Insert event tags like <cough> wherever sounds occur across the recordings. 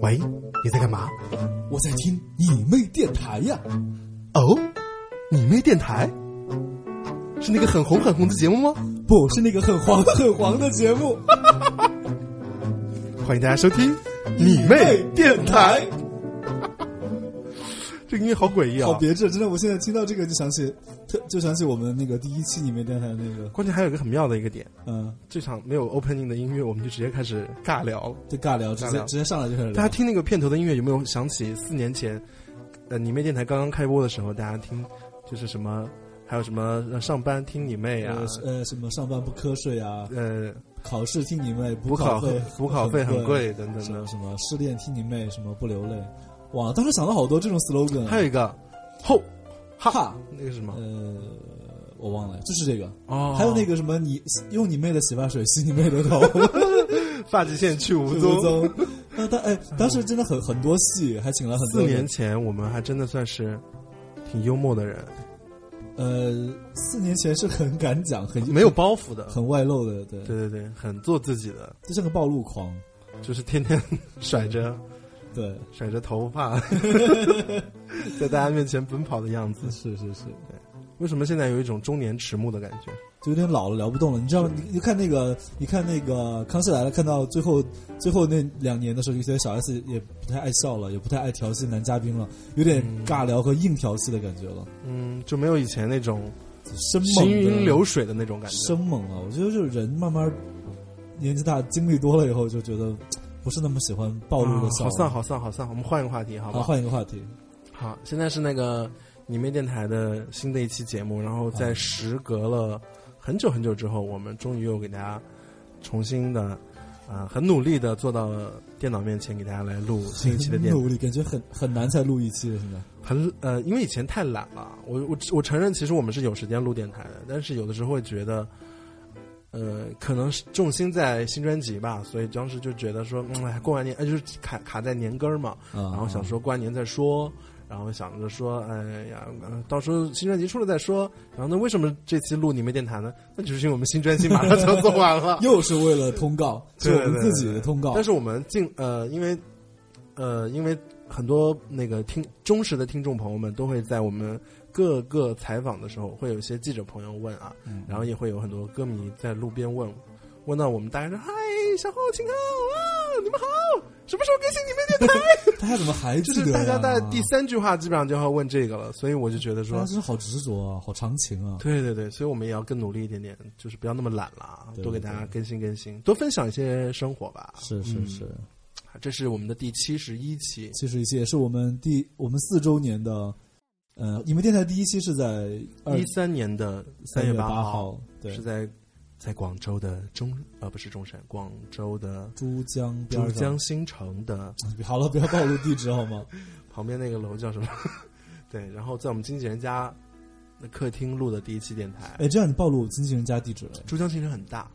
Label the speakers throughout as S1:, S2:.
S1: 喂，你在干嘛？
S2: 我在听你妹电台呀、
S1: 哦，你妹电台是那个很红很红的节目吗？
S2: 不是那个很黄很黄的节目。
S1: 欢迎大家收听你妹电 <laughs> 台。这个音乐好诡异啊！
S2: 好别致，真的！我现在听到这个就想起，特就想起我们那个第一期你妹电台的那个，
S1: 关键还有一个很妙的一个点，
S2: 嗯，
S1: 这场没有 opening 的音乐，我们就直接开始尬聊了。
S2: 就尬聊，直
S1: 尬
S2: 接
S1: 聊
S2: 直接上来就开始
S1: 大
S2: 聊
S1: 家。听那个片头的音乐，有没有想起四年前，呃，你妹电台刚刚开播的时候，大家听就是什么，还有什么呃上班听你妹啊
S2: 呃，呃，什么上班不瞌睡啊，
S1: 呃，
S2: 考试听你妹，补
S1: 补考
S2: 费
S1: 补考费很贵等等
S2: 什
S1: 的
S2: 么。什么失恋听你妹，什么不流泪，哇！当时想了好多这种 slogan，啊
S1: 还有一个后哈
S2: 哈
S1: 那个是什么
S2: 呃，我忘了，就是这个，
S1: 哦
S2: 还有那个什么你用你妹的洗发水洗你妹的头，
S1: 发际线去无
S2: 无
S1: 踪。
S2: 踪。那当哎，当时真的很很多戏，还请了很多
S1: 四年
S2: 人
S1: 前我们还真的算是挺幽默的人，
S2: 呃，四年前是很敢讲，很
S1: 没有包袱的。
S2: 很外露的，对，
S1: 对对对，很做自己的，
S2: 就像个暴露狂，
S1: 就是天天 <laughs> 甩着
S2: 对，
S1: 甩着头发， <laughs> 在大家面前奔跑的样子。
S2: 是是是，
S1: 为什么现在有一种中年迟暮的感觉？
S2: 就有点老了，聊不动了。你知道，你你看那个，你看那个《康熙来了》，看到最后最后那两年的时候，有些小 S 也不太爱笑了，也不太爱调戏男嘉宾了，有点尬聊和硬调戏的感觉了，
S1: 嗯，就没有以前那种
S2: 生
S1: 行
S2: 猛的
S1: 云流水的那种感觉。
S2: 生猛了。我觉得就是人慢慢年纪大，经历多了以后，就觉得不是那么喜欢暴露的
S1: 啊
S2: 笑
S1: 好
S2: 了。
S1: 丧，好丧，好丧！我们换一个话题，好不
S2: 好，
S1: 好？
S2: 换一个话题。
S1: 好，现在是那个你妹电台的新的一期节目，然后在时隔了很久很久之后，我们终于又给大家重新的，啊、很努力的坐到电脑面前，给大家来录新一期的 <laughs>
S2: 很 <laughs>
S1: 电台。
S2: 努力，感觉很很难才录一期了，现在。
S1: 很呃，因为以前太懒了，我我我承认，其实我们是有时间录电台的，但是有的时候会觉得，呃，可能是重心在新专辑吧，所以当时就觉得说，嗯，哎过完年，哎，就是卡卡在年根儿嘛，
S2: <laughs> 啊，，
S1: 然后想说过完年再说，然后想着说，哎呀，呃到时候新专辑出了再说，然后那为什么这期录你们电台呢？那就是因为我们新专辑马上就要做完了
S2: <laughs> 又是为了通告，是
S1: 对
S2: 我们自己的通告
S1: 但。是我们尽呃，因为呃，因为很多那个听忠实的听众朋友们都会在我们各个采访的时候，会有一些记者朋友问啊，
S2: 嗯
S1: 然后也会有很多歌迷在路边问，问到我们大概说：“嗨，小后，请好啊，你们好，什么时候更新你们电台
S2: 大家怎么还？”记
S1: 就
S2: 得呀？啊
S1: 是大家在第三句话基本上就要问这个了，所以我就觉得
S2: 大
S1: 说
S2: 家。哎真是好执着啊，好长情啊。
S1: 对对对，所以我们也要更努力一点点，就是不要那么懒了啊，
S2: 对
S1: 多给
S2: 对
S1: 大家
S2: 对
S1: 更新更新，多分享一些生活吧。
S2: 是是是，
S1: 嗯这是我们的第七十一期，
S2: 其实一期也是我们第我们四周年的，呃，你们电台第一期是在二
S1: 一三年的
S2: 三
S1: 月
S2: 八
S1: 八，
S2: 对
S1: 是，在在广州的中呃不是中山，广州的
S2: 珠江
S1: 珠
S2: 边儿上
S1: 江。新城的
S2: <laughs> 好了，不要暴露地址好吗？
S1: 旁边那个楼叫什么？ <laughs> 对，然后在我们经纪人家的客厅录的第一期电台。
S2: 哎，这样你暴露经纪人家地址了，
S1: 珠江新城很大，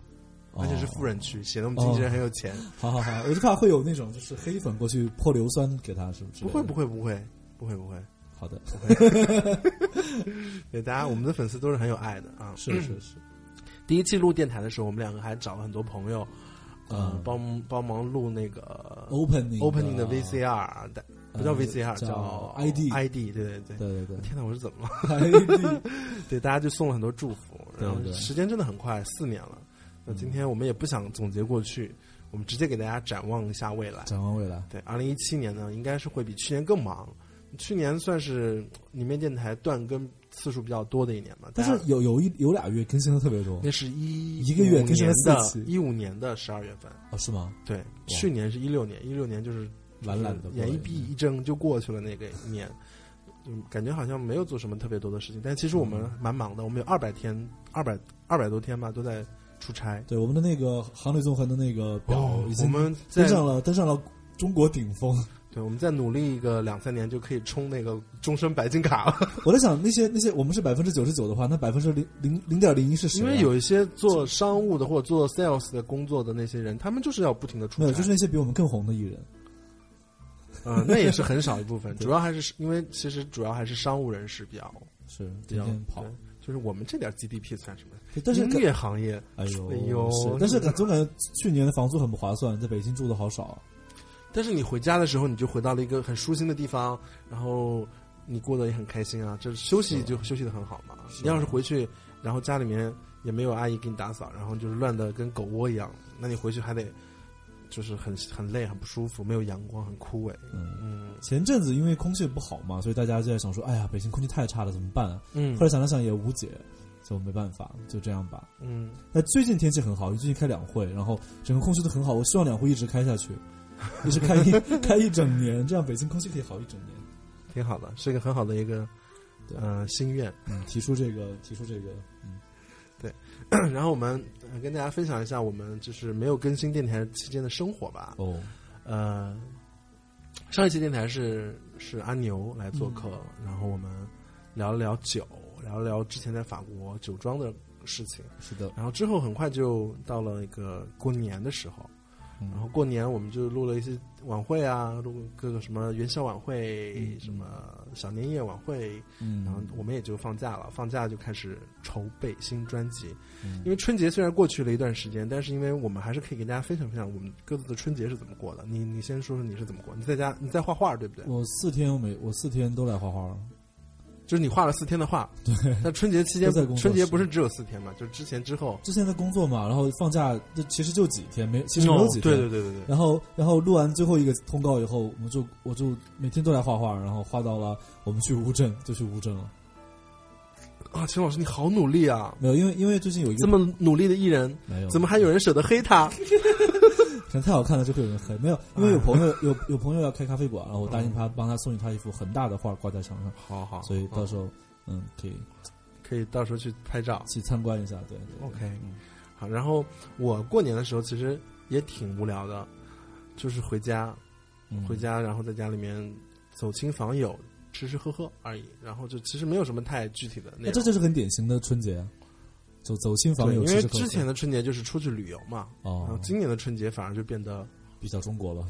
S1: 而且是富
S2: 人。
S1: 人区，显得我们经纪人
S2: 哦
S1: 很有钱。
S2: 好好好，我就怕会有那种就是黑粉过去泼硫酸给他，是不是？
S1: 不会，不会，不会，不会，不会。
S2: 好的，
S1: 对，大家我们的粉丝都是很有爱的啊。
S2: 是是是，
S1: 嗯第一期录电台的时候，我们两个还找了很多朋友，呃
S2: 嗯，
S1: 帮帮忙录那个
S2: opening
S1: opening 的
S2: 的啊
S1: VCR，但不叫
S2: 呃
S1: VCR，
S2: 叫
S1: 叫
S2: ID
S1: ID，对对对。
S2: 对对哎对
S1: 天哪，我是怎么了？ <laughs>
S2: ，ID
S1: 对，大家就送了很多祝福，
S2: 对
S1: 然后
S2: 对对
S1: 时间真的很快，四年了。那今天我们也不想总结过去，我们直接给大家展望一下未来。
S2: 展望未来，
S1: 对，二零一七年呢，应该是会比去年更忙。去年算是你们电台断更次数比较多的一年嘛，
S2: 但
S1: 大家
S2: 是有有一有俩月更新的特别多
S1: 那是一
S2: 一个月更新了
S1: 年
S2: 四
S1: 的
S2: 期
S1: 一五年的十二月份，
S2: 哦，是吗？
S1: 对，去年是一六年，一六年就是
S2: 懒懒的，
S1: 眼一闭一睁就过去了那个一年，嗯，感觉好像没有做什么特别多的事情，但其实我们
S2: 嗯
S1: 蛮忙的，我们有二百天，二百二百多天吧，都在出差。
S2: 对我们的那个航旅纵横的那个表已
S1: 哦我
S2: 经
S1: 们在
S2: 登上了登上了中国顶峰。
S1: 对我们再努力一个两三年就可以冲那个终身白金卡了，
S2: 我在想那些那些我们是百分之九十九的话，那百分之零零零点零一是谁
S1: 因
S2: 啊？
S1: 为有一些做商务的或者做 sales 的工作的那些人，他们就是要不停的出
S2: 没有
S1: 差，
S2: 就是那些比我们更红的艺人，
S1: 嗯，那也是很少一部
S2: <laughs>
S1: 分，主要还是因为其实主要还是商务人士比较
S2: 是
S1: 比
S2: 天
S1: 较
S2: 天跑
S1: 对。就是我们这点 GDP 算什么？
S2: 对但是
S1: 音
S2: 感
S1: 乐行业，
S2: 哎呦
S1: 哎呦
S2: 是但是感总感觉去年的房租很不划算，在北京住的好少啊。
S1: 但是你回家的时候，你就回到了一个很舒心的地方，然后你过得也很开心啊，就是休息
S2: 是
S1: 就休息的很好嘛。
S2: 是
S1: 你要是回去，然后家里面也没有阿姨给你打扫，然后就是乱的跟狗窝一样，那你回去还得就是很很累、很不舒服，没有阳光，很枯萎。
S2: 嗯，
S1: 嗯
S2: 前阵子因为空气不好嘛，所以大家就在想说，哎呀，北京空气太差了，怎么办、啊？
S1: 嗯
S2: 后来想了想也无解，就没办法，就这样吧。
S1: 嗯，
S2: 那最近天气很好，最近开两会，然后整个空气都很好，我希望两会一直开下 <laughs> 去，一直开一开一整年，这样北京空气可以好一整年。
S1: 挺好的，是一个很好的一个
S2: 对
S1: 呃心愿。 <clears throat>
S2: 嗯，提出这个，提出这个，嗯，
S1: 然后我们呃跟大家分享一下我们就是没有更新电台期间的生活吧。
S2: 哦，
S1: 呃，上一期电台是是阿牛来做客，然后我们聊了聊酒，聊了聊之前在法国酒庄的事情。
S2: 是的，
S1: 然后之后很快就到了一个过年的时候，
S2: 嗯
S1: 然后过年我们就录了一些晚会啊，录各个什么元宵晚会、
S2: 嗯
S1: 什么小年夜晚会，
S2: 嗯，
S1: 然后我们也就放假了，放假就开始筹备新专辑。
S2: 嗯
S1: 因为春节虽然过去了一段时间，但是因为我们还是可以给大家分享分享我们各自的春节是怎么过的。你你先说说你是怎么过？你在家你在画画对不对？
S2: 我四天我每我四天都来画画，
S1: 就是你画了四天的画，对。那春节期间
S2: 都在工作室
S1: 春节不是只有四天嘛？就是之前之后，
S2: 之前在工作嘛，然后放假就其实就几天，没其实没有
S1: 哦
S2: 几天，
S1: 对对对对对，
S2: 然后，然后录完最后一个通告以后，我们就我就每天都来画画，然后画到了我们去乌镇，就去乌镇了。
S1: 啊，秦老师你好努力啊！
S2: 没有，因为因为最近有一
S1: 这
S2: 个
S1: 么努力的艺人，
S2: 没有，
S1: 怎么还有人舍得黑他？
S2: 可能太好看了就会有人黑。没有，因为
S1: 哎
S2: 有
S1: <laughs>
S2: 朋友有有朋友要开咖啡馆，然后我答应他帮他送去他一幅很大的画挂在墙上，
S1: 好好，
S2: 所以到时
S1: 候
S2: 候嗯可以
S1: 可以到时候去拍照。
S2: 去参观一下。对对
S1: OK，
S2: 嗯
S1: 好。然后我过年的时候其实也挺无聊的，就是回家，
S2: 嗯
S1: 回家，然后在家里面走亲访友，吃吃喝喝而已。然后就其实没有什么太具体的
S2: 那
S1: 那
S2: 哎这
S1: 种。
S2: 就是很典型的春节，啊走走亲访
S1: 对，
S2: 友，
S1: 因
S2: 吃
S1: 为
S2: 吃喝喝
S1: 之前的春节就是出去旅游嘛，然后
S2: 哦
S1: 今年的春节反而就变得，
S2: 比较中国了，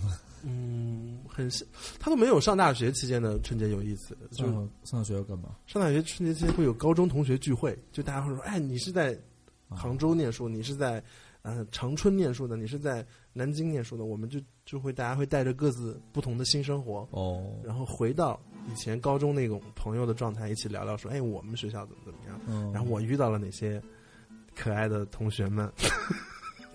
S1: 嗯，很像，他都没有上大学期间的春节有意思。就
S2: 上上学要干嘛？
S1: 上大学春节期间会有高中同学聚会，就大家会说，哎，你是在
S2: 啊
S1: 杭州念书，你是在呃长春念书的，你是在南京念书的，我们就就会大家会带着各自不同的新生活，
S2: 哦，
S1: 然后回到以前高中那种朋友的状态，一起聊聊说，哎，我们学校怎么怎么样，
S2: 嗯，
S1: 然后我遇到了哪些可爱的同学们
S2: 嗯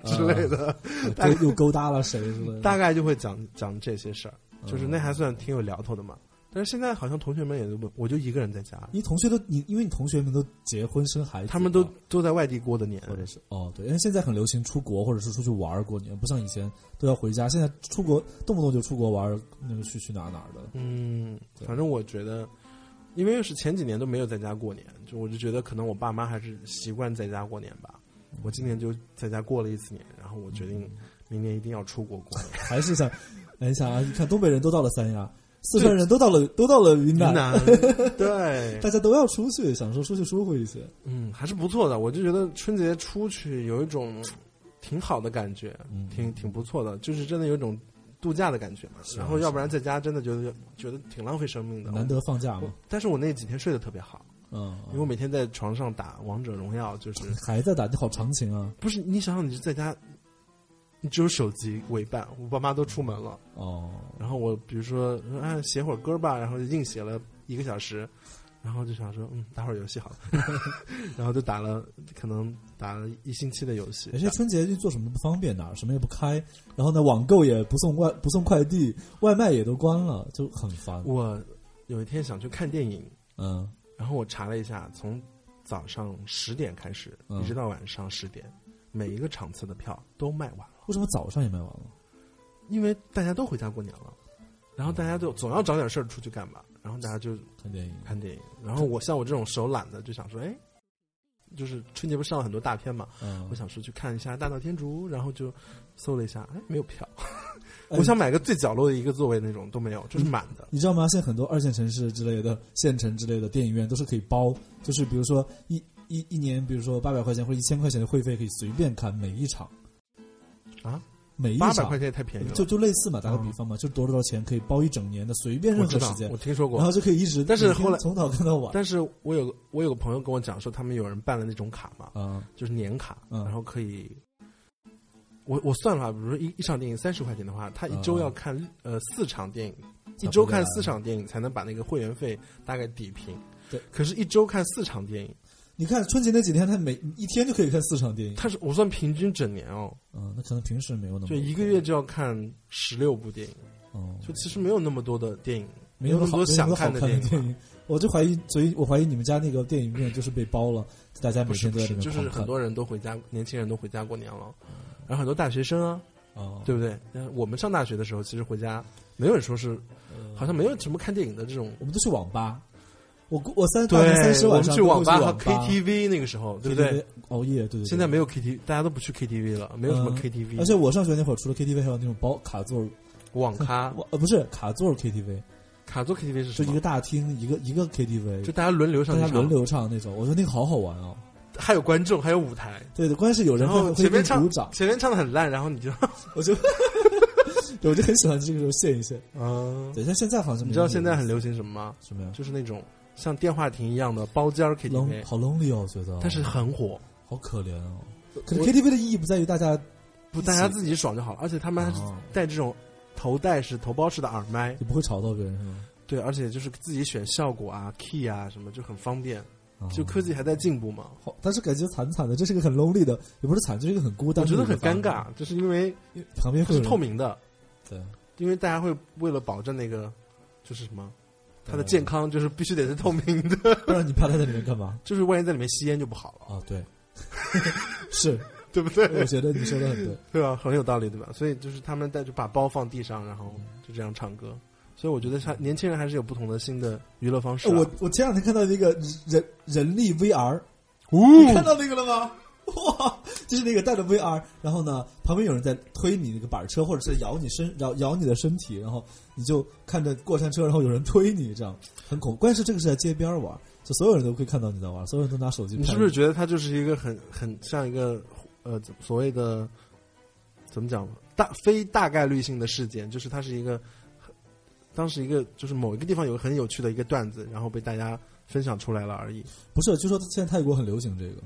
S1: 之类的， <laughs>
S2: 呃勾又勾搭了谁之类的，
S1: 大概就会讲讲这些事儿，就是那还
S2: 嗯
S1: 算挺有聊头的嘛。但是现在好像同学们也都不，我就一个人在家，
S2: 你同学都你，因为你同学们都结婚生孩子了，
S1: 他们都都在外地过的年，
S2: 或者是哦对，因为现在很流行出国或者是出去玩儿过年，不像以前都要回家，现在出国动不动就出国玩儿，那个去去哪儿哪儿的，
S1: 嗯，
S2: 对
S1: 反正我觉得，因为是前几年都没有在家过年，就我就觉得可能我爸妈还是习惯在家过年吧。我今年就在家过了一次年，然后我决定明年一定要出国 <laughs> 过年。
S2: 还是想，哎想啊，你看东北人都到了三亚，四川人都到了都到了云
S1: 云
S2: 南，
S1: 南， <laughs> 对，
S2: 大家都要出去，享受出去舒服一些，
S1: 嗯，还是不错的。我就觉得春节出去有一种挺好的感觉，
S2: 嗯
S1: 挺挺不错的，就是真的有一种度假的感觉嘛。
S2: 啊
S1: 然后要不
S2: 是啊
S1: 然在家真的觉得觉得挺浪费生命的。
S2: 难得放假嘛，
S1: 但是我那几天睡得特别好，
S2: 嗯，
S1: 因为我每天在床上打王者荣耀，就是
S2: 还在打，你好长情啊，
S1: 不是你想想，你是在家，你只有手机为伴，我爸妈都出门了，
S2: 哦，
S1: 然后我比如说，哎，写会儿歌吧，然后就硬写了一个小时，然后就想说，嗯，打会儿游戏好了，然后就打了，可能打了一星期的游戏
S2: 而。且春节就做什么都不方便哪儿什么也不开，然后呢，网购也不送外不送快递，外卖也都关了，就很烦。
S1: 我有一天想去看电影，
S2: 嗯，
S1: 然后我查了一下，从早上十点开始，
S2: 嗯
S1: 一直到晚上十点，每一个场次的票都卖完了，
S2: 为什么早上也卖完了？
S1: 因为大家都回家过年了，然后大家就总要找点事儿出去干吧，然后大家就
S2: 看电影，
S1: 看电影。然后我像我这种手懒的，就想说，哎，就是春节不是上了很多大片嘛，
S2: 嗯
S1: 我，想说去看一下《大闹天竺》，然后就搜了一下，哎，没有票。
S2: 哎
S1: 我想买个最角落的一个座位那种都没有，就是满的。
S2: 你知道吗？现在很多二线城市之类的、县城之类的电影院都是可以包，就是比如说一一一年，比如说八百块钱或者一千块钱的会费，可以随便看每一场
S1: 啊，
S2: 每一
S1: 八百块
S2: 场
S1: 钱也啊太便宜了，
S2: 嗯就就类似嘛，打个比方嘛，就多少多少钱可以包一整年的随便
S1: 我
S2: 任
S1: 知
S2: 何
S1: 道
S2: 时间，
S1: 我，听说
S2: 然
S1: 过。
S2: 后就可以一直
S1: 但是
S2: 每天
S1: 后来
S2: 从早看到晚
S1: 但是我有个我有个朋友
S2: 嗯
S1: 跟我讲说，他们有人办了那种卡嘛，
S2: 啊，
S1: 就是年卡，
S2: 嗯
S1: 然后可以我我算了啊，比如说一一场电影三十块钱的话，他一周
S2: 啊
S1: 要看、呃四场电影，
S2: 不
S1: 一周
S2: 多呀
S1: 看四场电影才能把那个会员费大概抵平。
S2: 对，
S1: 可是，一周看四场电影，
S2: 你看春节那几天，他每一天就可以看四场电影。
S1: 他是我算平均整年哦，
S2: 嗯，那可能平时没有那么
S1: 就
S2: 多
S1: 一个月就要看十六部电影，
S2: 嗯，
S1: 就其实没有那么多的电影，
S2: 没
S1: 有
S2: 有
S1: 那
S2: 那
S1: 么
S2: 么
S1: 多
S2: 好
S1: 想
S2: 没有那么好看
S1: 的
S2: 的
S1: 电影
S2: 电。影。我就怀疑，所以我怀疑你们家那个电影院就是被包了，大家
S1: 不
S2: 每
S1: 是
S2: 天
S1: 不
S2: 都在
S1: 是
S2: 里，面
S1: 就是
S2: 狂
S1: 很
S2: 看。嗯
S1: 多人都回家，年轻人都回家过年了，然后很多大学生啊，
S2: 哦，
S1: 对不对？呃我们上大学的时候，其实回家没有人说是，
S2: 嗯
S1: 好像没有什么看电影的这种。
S2: 我们都去网吧。我我三大
S1: 对
S2: 年三，十
S1: 我
S2: 晚
S1: 们
S2: 上
S1: 去
S2: 都会
S1: 网
S2: 去
S1: 吧
S2: 吧
S1: 和 KTV 那个时候，对不对？
S2: KTV 熬夜，对对对。
S1: 现在没有 KTV，大家都不去 KTV 了，没有什么
S2: 嗯
S1: KTV，、
S2: 而且我上学那会儿，除了 KTV，还有那种包卡座儿，
S1: 网咖、
S2: 我呃不是卡座儿 KTV，
S1: 卡座 KTV 是
S2: 就
S1: 什
S2: 一
S1: 么
S2: 个？大厅一个一个
S1: 就
S2: KTV，
S1: 大家轮流上
S2: 大
S1: 去
S2: 家
S1: 唱，
S2: 轮流唱那种。我说那个好好玩哦。
S1: 还有观众，还有舞台。
S2: 对对，关键是有人
S1: 然
S2: 会
S1: 后
S2: 会
S1: 前面
S2: 给你
S1: 唱
S2: 鼓掌，
S1: 前面唱的很烂，然后你
S2: <laughs>
S1: 就，
S2: 我就对我就很喜欢这个时候现一现。
S1: 嗯，
S2: 对，像现在好像
S1: <laughs> 你知道现在很流行什么吗？
S2: 什么呀？
S1: 就是那种像电话亭一样的包间儿
S2: lonely
S1: KTV，
S2: 好 lonely 哦，我觉得。
S1: 但是很火，
S2: 好可怜哦。可是
S1: 我
S2: KTV 的意义不在于大家
S1: 不大家自己爽就好了。而且他们还是
S2: 哦
S1: 带这种头戴式、头包式的耳麦，
S2: 也不会吵到别人是吗？
S1: 对，而且就是自己选效果啊、key 啊什么，就很方便。
S2: 啊
S1: 就科技还在进步嘛，
S2: 好，但是感觉惨惨的，这是个很 lonely 的，也不是惨，这是一个很孤
S1: 我
S2: 单的
S1: 觉
S2: 一
S1: 得
S2: 个
S1: 很
S2: 房
S1: 尴
S2: 间，
S1: 尬，就是因为
S2: 因为旁边
S1: 它
S2: 会有
S1: 是
S2: 人
S1: 透明的，
S2: 对
S1: 因为大家会为了保证那个就是什么。他的健康就是必须得是透明的， <laughs>
S2: 不然你趴在那里面干嘛？
S1: 就是万一在里面吸烟就不好了， <laughs>
S2: 啊，对，是，
S1: 对不对？
S2: 我觉得你说的很对。
S1: 对吧？很有道理，对吧？所以就是他们带就把包放地上，然后就这样唱歌。所以我觉得他年轻人还是有不同的新的娱乐方式、啊。
S2: 哎我我前两天看到那个人人力 VR，你看
S1: 哦，
S2: 到那个了吗？ <laughs> 哇，就是那个带着 VR，然后呢，旁边有人在推你那个板车，或者是摇你身，摇摇你的身体，然后你就看着过山车，然后有人推你，这样很恐怖。关键是这个是在街边玩，就所有人都会看到你在玩，所有人都拿手机拍。
S1: 你是不是觉得他就是一个很很像一个呃怎么所谓的怎么讲大非大概率性的事件？就是它是一个当时一个就是某一个地方有个很有趣的一个段子，然后被大家分享出来了而已。
S2: 不是？据说现在泰国很流行这个。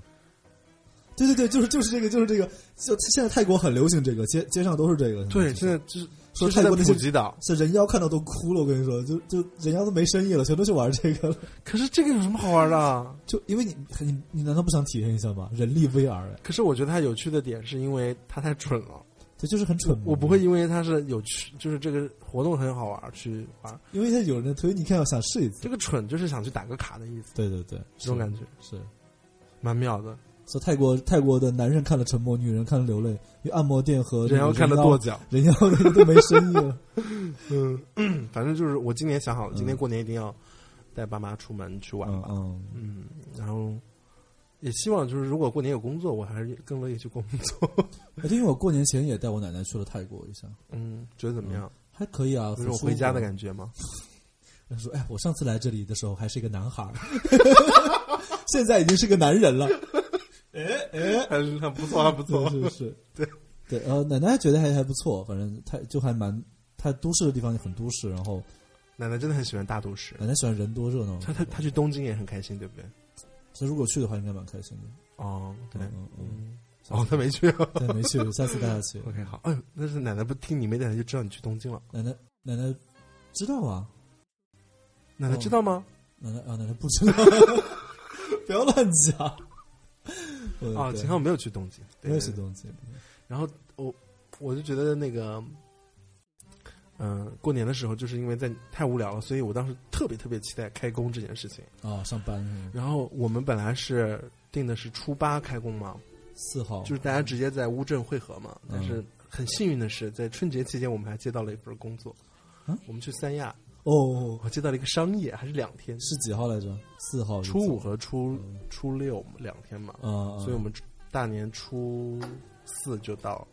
S2: 对对对，就是就是这个，就是这个，就现在泰国很流行这个，街街上都是这个。
S1: 对，
S2: 现
S1: 现
S2: 在
S1: 在就是
S2: 说
S1: 就是
S2: 泰
S1: 在
S2: 国那些
S1: 普吉岛，
S2: 是人妖看到都哭了，我跟你说，就就人妖都没深夜了，全都去玩这个了。
S1: 可是这个有什么好玩的啊？
S2: 就因为你你你难道不想体验一下吗？人力 VR，哎
S1: 可是我觉得它有趣的点是因为它太蠢了。
S2: 这就是很蠢。
S1: 我不会，因为它是有趣，就是这个活动很好玩儿去玩儿。
S2: 因为他有人推，你看我想试一次。
S1: 这个蠢就是想去打个卡的意思，
S2: 对对对，
S1: 这种感
S2: 觉
S1: 觉
S2: 是。
S1: 蛮妙的。
S2: 所以泰国泰国的男人看了沉默，女人看了流泪，因为按摩店和
S1: 人妖看的跺
S2: 多，
S1: 脚，
S2: 人妖那个都没深
S1: <laughs>
S2: 意了。
S1: 嗯，反正就是我今年想好了，
S2: 嗯
S1: 今年过年一定要带爸妈出门去玩
S2: 嗯
S1: 吧。
S2: 嗯，
S1: 嗯，然后也希望就是如果过年有工作，我还是更乐意去工作。 <laughs>
S2: 哎对因为我过年前也带我奶奶去了泰国一下，
S1: 嗯，觉得怎么样？
S2: 还可以啊，
S1: 有种回家的感
S2: 觉。
S1: 觉吗？
S2: 他说：“哎，我上次来这里的时候还是一个男孩儿， <laughs> 现在已经是个男人了。
S1: <laughs> 还是很不错，还
S2: <laughs>
S1: 不
S2: 是是是，对对，呃，奶奶觉得还还不错，反正她就还蛮，她都市的地方也很都市，然后
S1: 奶奶真的很喜欢大都市，
S2: 奶奶喜欢人多热闹。
S1: 她她她去东京也很开心，对不对？
S2: 她如果去的话，应该蛮开心的。
S1: 哦，对，
S2: 嗯嗯，
S1: 嗯，哦，她没去。
S2: 但没去，下次带她
S1: <laughs>
S2: 去。
S1: OK，好，哎呦，那是奶奶不听你没奶奶就知道你去东京了，
S2: 奶奶奶奶知道啊，
S1: 奶奶知道吗？
S2: 奶奶啊，奶奶不知道， <laughs> 不要乱讲。呃
S1: 啊，
S2: 对
S1: 秦昊没有去东京，对
S2: 没有吃
S1: 对
S2: 东西，
S1: 然后我我就觉得那个，嗯、过年的时候就是因为在太无聊了，所以我当时特别特别期待开工这件事情。
S2: 啊，上班是吗
S1: 然后我们本来是定的是初八开工嘛，
S2: 四号
S1: 就是大家直接在乌镇汇合嘛。但
S2: 嗯
S1: 是很幸运的是，在春节期间我们还接到了一份工作
S2: 啊，
S1: 我们去三亚，
S2: 哦哦，哦
S1: 我接到了一个商业，还是两天，
S2: 是几号来着？四号，
S1: 初五和初
S2: 嗯
S1: 初六两天嘛，
S2: 啊，
S1: 所以我们大年初四就到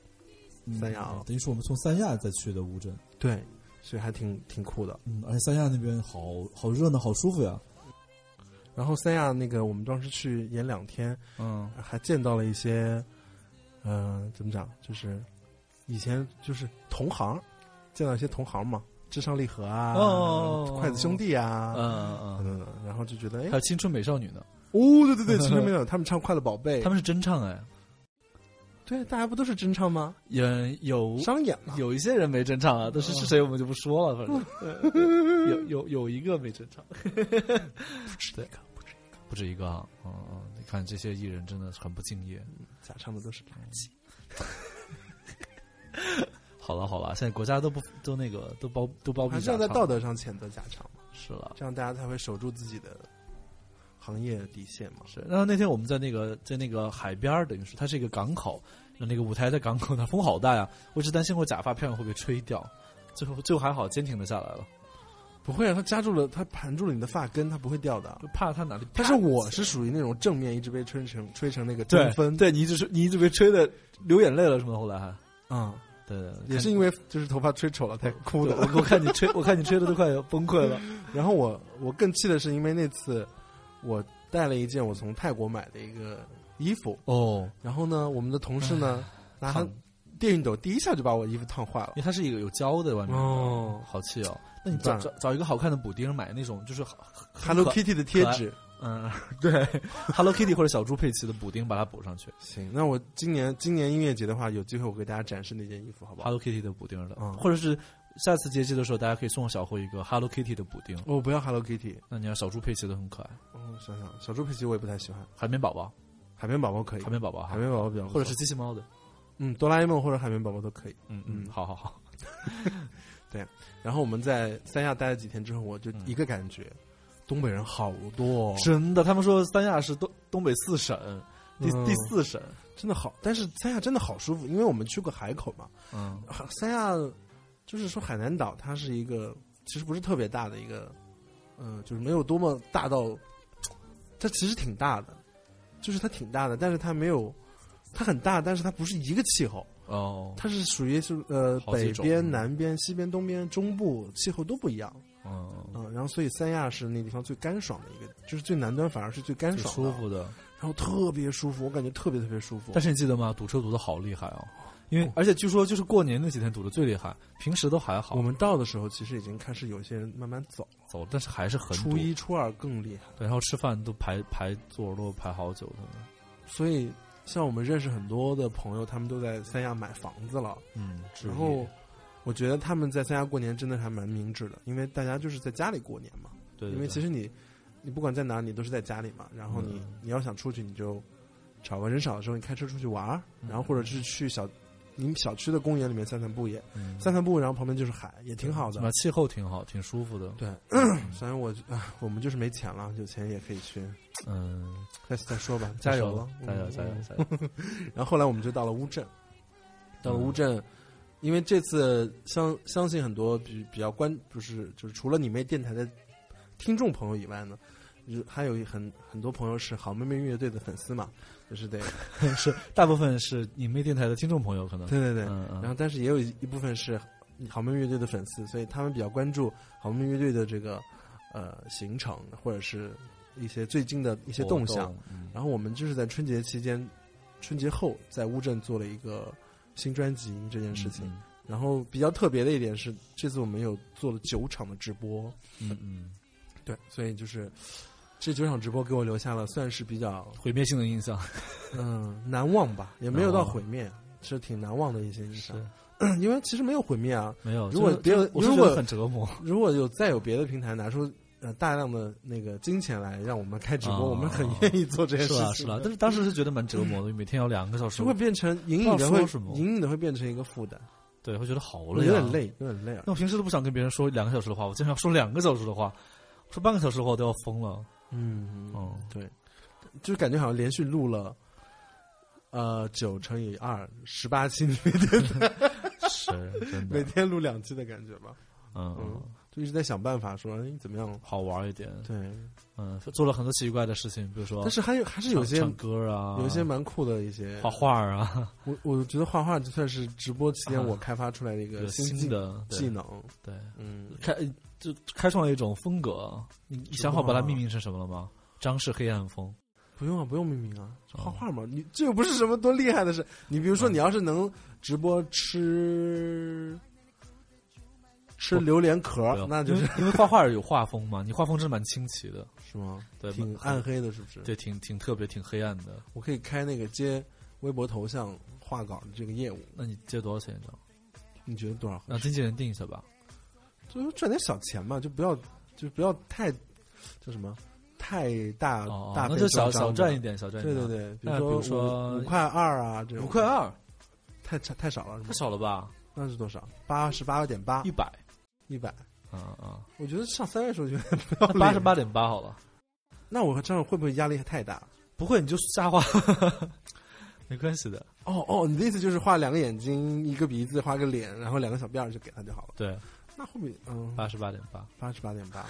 S1: 三亚
S2: 啊
S1: 了
S2: 嗯，等于是我们从三亚再去的乌镇。
S1: 对，所以还挺挺酷的。
S2: 嗯，而且三亚那边好好热闹，好舒服呀。
S1: 然后三亚那个，我们当时去演两天，
S2: 嗯
S1: 还见到了一些，嗯、怎么讲，就是以前就是同行，见到一些同行嘛，至上励合啊，
S3: 哦
S1: 筷子兄弟啊，
S3: 嗯
S1: 等
S3: 嗯
S1: 等等，然后就觉得，哎
S3: 嗯，还，有青春美少女呢，
S2: 哎
S1: 哦，对对对，其实没有，他们唱《快乐宝贝》，
S3: 他们是真唱哎，
S1: 对，大家不都是真唱吗？
S2: 有有
S1: 商演嘛。
S2: 哦有一些人没真唱啊，但是是谁我们就不说了，反正 <laughs> 对有有有一个没真 <laughs> 唱，
S1: 不止一个，不止一个，
S2: 不止一个啊。嗯嗯，你看这些艺人真的很不敬业。
S1: 假唱的都是垃圾。
S2: 好了好了，现在国家都不都那个都包都包
S1: 还
S2: 庇
S1: 是要
S2: 假
S1: 在
S2: 唱，
S1: 道德上谴责假唱嘛，
S2: 是了。
S1: 这样大家才会守住自己的行业底线嘛。
S2: 是，然后那天我们在那个在那个海边儿，等于是它是一个港口，那个舞台在港口，那风好大呀，我一直担心我假发漂亮会被吹掉，最后最后还好坚挺的下来了，
S1: 不会啊，它夹住了，它盘住了你的发根，它不会掉的。
S2: 就怕它哪里。
S1: 但是我是属于那种正面一直被吹成吹成那个中
S2: 对
S1: 分，
S2: 对你一直吹你一直被吹的流眼泪了什么的，后来还
S1: 嗯，
S2: 对对对
S1: 也是因为就是头发吹丑了才哭
S2: 对
S1: 的。
S2: 我我看你吹我看你吹的都快要崩溃
S1: <laughs>
S2: 了，
S1: 然后我我更气的是，因为那次我带了一件我从泰国买的一个衣服，
S2: 哦，
S1: 然后呢，我们的同事呢拿他
S2: 烫
S1: 电熨斗第一下就把我衣服烫坏了
S2: 因。为它是一个有胶的外面的，
S1: 哦
S2: 好气哦。那你
S1: 怎
S2: 找
S1: 么办
S2: 找找一个好看的补丁，买那种就是很
S1: Hello
S2: 可
S1: Kitty 的贴纸，
S2: 嗯， <laughs>
S1: <laughs>
S2: 对，Hello Kitty 或者小猪佩奇的补丁，把它补上去。
S1: 行，那我今年今年音乐节的话，有机会我给大家展示那件衣服，好不好？
S2: Hello Kitty 的补丁的，
S1: 嗯
S2: 或者是下次节气的时候，大家可以送小慧一个 Hello Kitty 的补丁。
S1: 我不要 Hello Kitty，
S2: 那你要小猪佩奇的很可爱，
S1: 嗯，我想想，小猪佩奇我也不太喜欢，
S2: 海绵宝宝，
S1: 海绵宝宝可以
S2: 海，绵宝宝哈
S1: 海，绵宝宝比较不错，
S2: 或者是机器猫的，
S1: 嗯，哆啦 A 梦或者海绵宝宝都可以。
S2: 嗯嗯，
S1: 嗯
S2: 好好好，
S1: 然后我们在三亚待了几天之后，我就一个感觉，东北人好多、哦，
S2: 真的，他们说三亚是东东北四省第、
S1: 嗯
S2: 第四省，
S1: 真的好，但是三亚真的好舒服，因为我们去过海口嘛，
S2: 嗯，
S1: 啊三亚就是说海南岛，它是一个其实不是特别大的一个，呃，就是没有多么大到，它其实挺大的，就是它挺大的，但是它没有，它很大，但是它不是一个气候，
S2: 哦，
S1: 它是属于是呃
S2: 好
S1: 北
S2: 几种
S1: 边、南边、西边、东边、中部气候都不一样，
S2: 嗯，
S1: 嗯、然后所以三亚是那地方最干爽的一个，就是最南端反而是最干
S2: 挺
S1: 爽
S2: 舒
S1: 的，
S2: 服的。
S1: 然后特别舒服，我感觉特别特别舒服
S2: 但。是你记得吗？堵车堵的好厉害哦，因为而且据说就是过年那几天堵的最厉害，平时都还
S1: 我
S2: 好，
S1: 们到的时候，其实已经开始有些人慢慢走，
S2: 走，但是还是很堵
S1: 初一、初二更厉害。
S2: 对然后吃饭都排排座都排好久的，
S1: 所以，像我们认识很多的朋友，他们都在三亚买房子了。
S2: 嗯，
S1: 然后，我觉得他们在三亚过年真的还蛮明智的，因为大家就是在家里过年嘛。
S2: 对，对
S1: 因为
S2: 对
S1: 其实你，你不管在哪，你都是在家里嘛。然后你、你要想出去，你就找个人少的时候，你开车出去玩儿，然后或者是去小你们小区的公园里面散散步也
S2: 嗯
S1: 散散步，然后旁边就是海，也挺好的
S2: 啊，。气候挺好，挺舒服的。
S1: 对，虽然我啊，我们就是没钱了，有钱也可以去，
S2: 嗯，
S1: 再再说吧，加油了，
S2: 加油，
S1: 嗯
S2: 加油，
S1: 嗯 <laughs>
S2: 加油！
S1: 然后后来我们就到了乌镇，到了乌镇，因为这次相相信很多比比较关，就是就是除了你妹电台的听众朋友以外呢，就是还有一很很多朋友是好妹妹乐队的粉丝嘛，就是得
S2: <laughs> 是大部分是你妹电台的听众朋友，可能
S1: 对对对，
S2: 嗯嗯
S1: 然后但是也有一部分是好妹妹乐队的粉丝，所以他们比较关注好妹妹乐队的这个呃行程或者是一些最近的一些动向。，
S2: 嗯
S1: 然后我们就是在春节期间，春节后在乌镇做了一个新专辑这件事情。，
S2: 嗯
S1: 然后比较特别的一点是，这次我们有做了九场的直播，
S2: 嗯嗯，
S1: 对，所以就是这九场直播给我留下了算是比
S2: <laughs>
S1: 较
S2: 毁灭性的印象
S1: 嗯难忘吧，也没有到
S2: 难忘
S1: 毁灭，是挺难忘的一些印象。 <clears throat> 因为其实没有毁灭啊，
S2: 没有。
S1: 如果
S2: 就是
S1: 别人
S2: 我是
S1: 如
S2: 觉
S1: 果
S2: 得很折
S1: <laughs>
S2: 磨，
S1: 如果有再有别的平台拿出。呃，大量的那个金钱来让我们开直播，
S2: 哦
S1: 我们很愿意做这件
S2: 是
S1: 事情
S2: 吧
S1: 的。
S2: 是啊吧？但是当时是觉得蛮折磨的，每天要两个小时
S1: 就，会变成隐
S2: 不
S1: 隐
S2: 知
S1: 的
S2: 道
S1: 会
S2: 说什么
S1: 隐隐的会变成一个负担。
S2: 对，会觉得好
S1: 我
S2: 累，
S1: 有点。累，有点累啊。
S2: 那我平时都不想跟别人说两个小时的话，我经常说两个小时的话，说半个小时的话我都要疯
S1: <laughs>
S2: 了。
S1: 嗯，
S2: 哦，
S1: 对，就是感觉好像连续录了，呃，九乘以二，十八期，每天 <laughs>
S2: 是真
S1: 每
S2: 的，
S1: 天录两期的感觉吧。
S2: 嗯
S1: 嗯
S2: 嗯，
S1: 就一直在想办法说，哎，怎么样？
S2: 好玩一点。
S1: 对，
S2: 嗯，做了很多奇怪的事情，比如说
S1: 但是还有还是有些
S2: 唱歌哦啊，
S1: 有一些蛮酷的一些
S2: 画，画啊，
S1: 我我觉得画画就算是直播期间
S2: 啊
S1: 我开发出来的一个
S2: 有
S1: 新
S2: 新
S1: 技
S2: 的
S1: 技
S2: 对
S1: 能。
S2: 对，
S1: 嗯，
S2: 开就开创了一种风格。你你想好把它命名成什么了吗？张氏黑暗风。
S1: 不用啊，不用命名啊，
S2: 哦嗯
S1: 画画嘛，你这又不是什么多厉害的事。你比如说，你要是能直播吃吃
S2: 不
S1: 榴莲
S2: 不
S1: 壳
S2: 要，嗯
S1: 那就是
S2: 因为因为画画有画风嘛，你画风真蛮清奇的，
S1: 是吗？
S2: 对，
S1: 挺
S2: 蛮
S1: 暗，黑的，是不是？
S2: 对，挺挺特别，挺黑暗的。
S1: 我可以开那个接微博头像画稿的这个业务，
S2: 那你借多少钱一张？
S1: 你觉得多少合适？
S2: 让经纪人定一下吧。
S1: 就是赚点小钱嘛，就不要就不要太叫什么太大、
S2: 哦，
S1: 大
S2: 那
S1: 费
S2: 就
S1: 周
S2: 小
S1: 章
S2: 小
S1: 的
S2: 赚一。点，小赚一
S1: 对
S2: 点。
S1: 对对，比
S2: 那比
S1: 如
S2: 如说
S1: 五五块二啊，这种
S2: 五块二
S1: 太差太少了是吗
S2: 太？少了吧？
S1: 那是多少？八十八点八
S2: 一百
S1: 一百。
S2: 啊啊，
S1: 我觉得上三位数就 <laughs> 不
S2: <laughs>
S1: 要
S2: 八
S1: 脸
S2: 十八点八好了。
S1: 那我这样会不会压力太大？
S2: 不会，你就瞎花， <laughs> 没关系的。
S1: 哦哦，你的意思就是画两个眼睛、一个鼻子、画个脸，然后两个小辫儿就给他就好了。
S2: 对，
S1: 那会不会嗯
S2: 八十八点八，
S1: 八十八点 <laughs> 八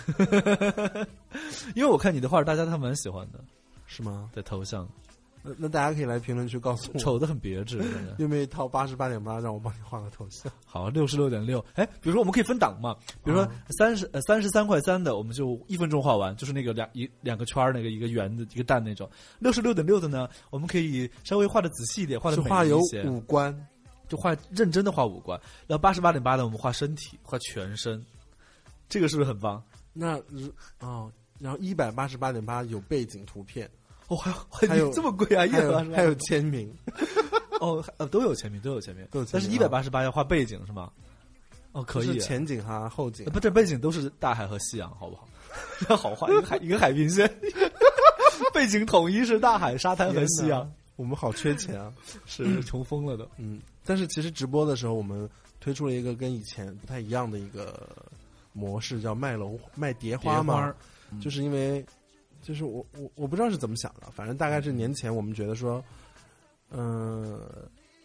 S2: <laughs> 因为我看你的画，大家都还蛮喜欢的，
S1: 是吗？
S2: 对头像
S1: 那那大家可以来评论区告诉我，
S2: 丑的很别致，真
S1: <laughs>
S2: 的。
S1: 愿不愿意掏八十八点八让我帮你画个头像？
S2: 好，六十六点六。哎，比如说我们可以分档嘛，
S1: 嗯
S2: 比如说三十呃三十三块三的，我们就一分钟画完，就是那个两一两个圈儿那个一个圆的一个蛋那种。六十六点六的呢，我们可以稍微画的仔细一点，画的
S1: 是画
S2: 美
S1: 有
S2: 一些，
S1: 五官，
S2: 就画认真的画五官。然后八十八点八的，我们画身体，画全身，这个是不是很棒？
S1: 那如哦，然后一百八十八点八有背景图片，
S2: 哦，还有
S1: 还有
S2: <laughs> 这么贵啊！一
S1: 还
S2: 百
S1: 有
S2: 八十八
S1: 还有签名，
S2: 哦，呃，都有前面，都有前面，
S1: 都有前
S2: 但是
S1: 面
S2: 一百八十八要画背景是吗？哦，可
S1: 就
S2: 以
S1: 是，前景哈、后景 <laughs>
S2: 呃。不，这背景都是大海和夕阳，好不 <laughs> 好？那好画一
S1: <laughs>
S2: 个海，一个海平线， <laughs> 背景统一是大海、沙滩和夕阳，
S1: 我们好缺钱啊，
S2: 是穷疯了都。
S1: 嗯。但是其实直播的时候，我们推出了一个跟以前不太一样的一个模式，叫卖楼卖碟花嘛，
S2: 花儿嗯
S1: 就是因为就是我我我不知道是怎么想的，反正大概是年前我们觉得说，嗯、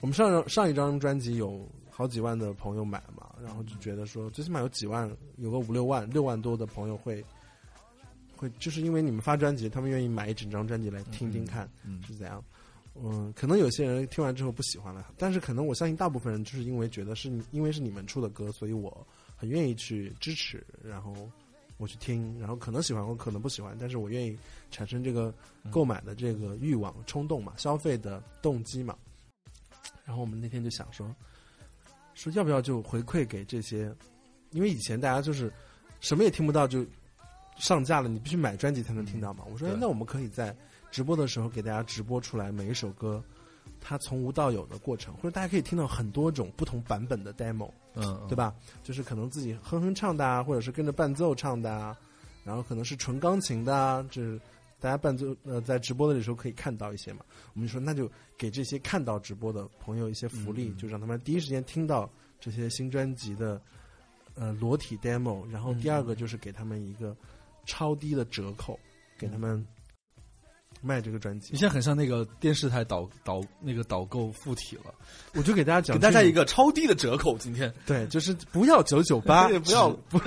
S1: 我们上张上一张专辑有好几万的朋友买嘛，然后就觉得说最起码有几万，有个五六万、六万多的朋友会会，就是因为你们发专辑，他们愿意买一整张专辑来听听看、
S2: 嗯
S1: 是怎样。嗯，可能有些人听完之后不喜欢了，但是可能我相信大部分人就是因为觉得是你因为是你们出的歌，所以我很愿意去支持，然后我去听，然后可能喜欢，我可能不喜欢，但是我愿意产生这个
S2: 嗯
S1: 购买的这个欲望、冲动嘛，消费的动机嘛。然后我们那天就想说，说要不要就回馈给这些，因为以前大家就是什么也听不到就上架了，你必须买专辑才能听到嘛。我说，哎
S2: 嗯对
S1: 那我们可以在直播的时候给大家直播出来每一首歌。它从无到有的过程，或者大家可以听到很多种不同版本的 demo，
S2: 嗯，
S1: 对
S2: 吧？
S1: 吧？就是可能自己哼哼唱的啊，或者是跟着伴奏唱的啊，然后可能是纯钢琴的啊，就是大家伴奏呃在直播的时候可以看到一些嘛。我们就说那就给这些看到直播的朋友一些福利，
S2: 嗯嗯
S1: 就让他们第一时间听到这些新专辑的呃裸体 demo，然后
S2: 嗯
S1: 第二个就是给他们一个超低的折扣，给他们卖这个专
S2: 嗯你
S1: 辑。
S2: 现在很像那个电视台导导那个导购附体了，
S1: 我就给大家讲
S2: 给
S1: 这，
S2: 大家一个超低的折扣，今天
S1: 对，就是不要九九
S2: <laughs>
S1: 八
S2: 对，不要
S1: 不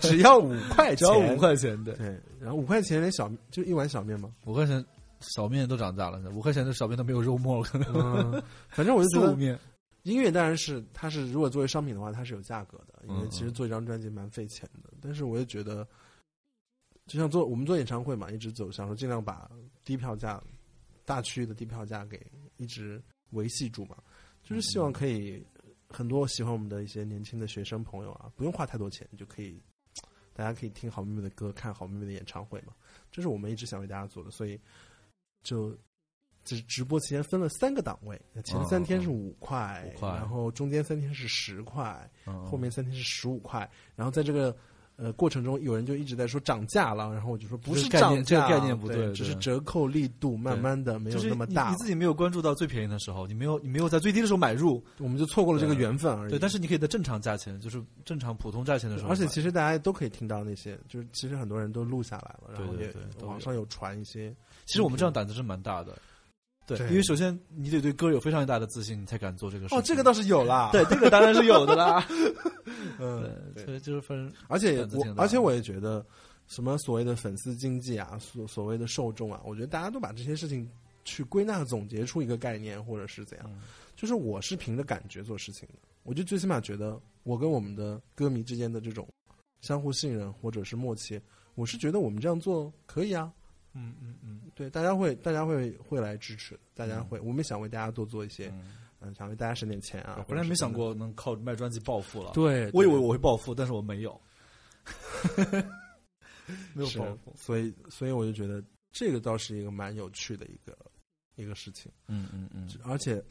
S1: 只 <laughs> 要五块钱，
S2: 只要五块钱的，
S1: 对，然后五块钱连小就一碗小面嘛，
S2: 五块钱小面都涨价了，五块钱的小面都没有肉末了，可能
S1: 嗯， <laughs> 反正我就觉
S2: 素
S1: 得
S2: 面。
S1: 音乐当然是它是如果作为商品的话，它是有价格的，因为
S2: 嗯
S1: 其实做一张专辑蛮费钱的。但是我也觉得，就像做我们做演唱会嘛，一直走向说尽量把低票价、大区域的低票价给一直维系住嘛，就是希望可以很多喜欢我们的一些年轻的学生朋友啊，不用花太多钱就可以，大家可以听好妹妹的歌，看好妹妹的演唱会嘛，这是我们一直想为大家做的，所以就。就是直播期间分了三个档位，前三天是五块，
S2: 五块
S1: 然后中间三天是十块，
S2: 嗯
S1: 后面三天是十五块。然后在这个呃过程中，有人就一直在说涨价了，然后我就说不是
S2: 这个概念
S1: 涨价，
S2: 这个概念不
S1: 对，
S2: 对对
S1: 只是折扣力度慢慢的没有那么大
S2: 就是你、你自己没有关注到最便宜的时候，你没有你没有在最低的时候买入，
S1: 我们就错过了这个缘分而已。
S2: 对，但是你可以在正常价钱，就是正常普通价钱的时候买，
S1: 而且其实大家都可以听到那些，就是其实很多人都录下来了，然后
S2: 对
S1: 也
S2: 对对都有
S1: 网上有传一些，
S2: 其实我们这样胆子是蛮大的，对，
S1: 对
S2: 因为首先你得对歌有非常大的自信，你才敢做这个事情。
S1: 哦，这个倒是有啦，
S2: <laughs> 对，这个当然是有的啦，
S1: 嗯，对
S2: 所以就是分
S1: 而且
S2: 胆子
S1: 我
S2: 挺大的
S1: 而且我也觉得，什么所谓的粉丝经济啊，所所谓的受众啊，我觉得大家都把这些事情去归纳总结出一个概念，或者是怎样。
S2: 嗯
S1: 就是我是凭着感觉做事情的，我就最起码觉得我跟我们的歌迷之间的这种相互信任或者是默契，我是觉得我们这样做可以啊。
S2: 嗯嗯嗯
S1: 对，大家会大家会会来支持，大家会，我们想为大家多做一些，
S2: 嗯，
S1: 嗯、想为大家省点钱啊。
S2: 我
S1: 或
S2: 本
S1: 者
S2: 来
S1: 是
S2: 没想过能靠卖专辑暴富了，
S1: 等等，对，
S2: 我以为
S1: 对
S2: 我会暴富，但是我没有，没有
S1: 是
S2: 暴富，
S1: 所以所以我就觉得这个倒是一个蛮有趣的一个一个事情。
S2: 嗯嗯嗯，
S1: 而且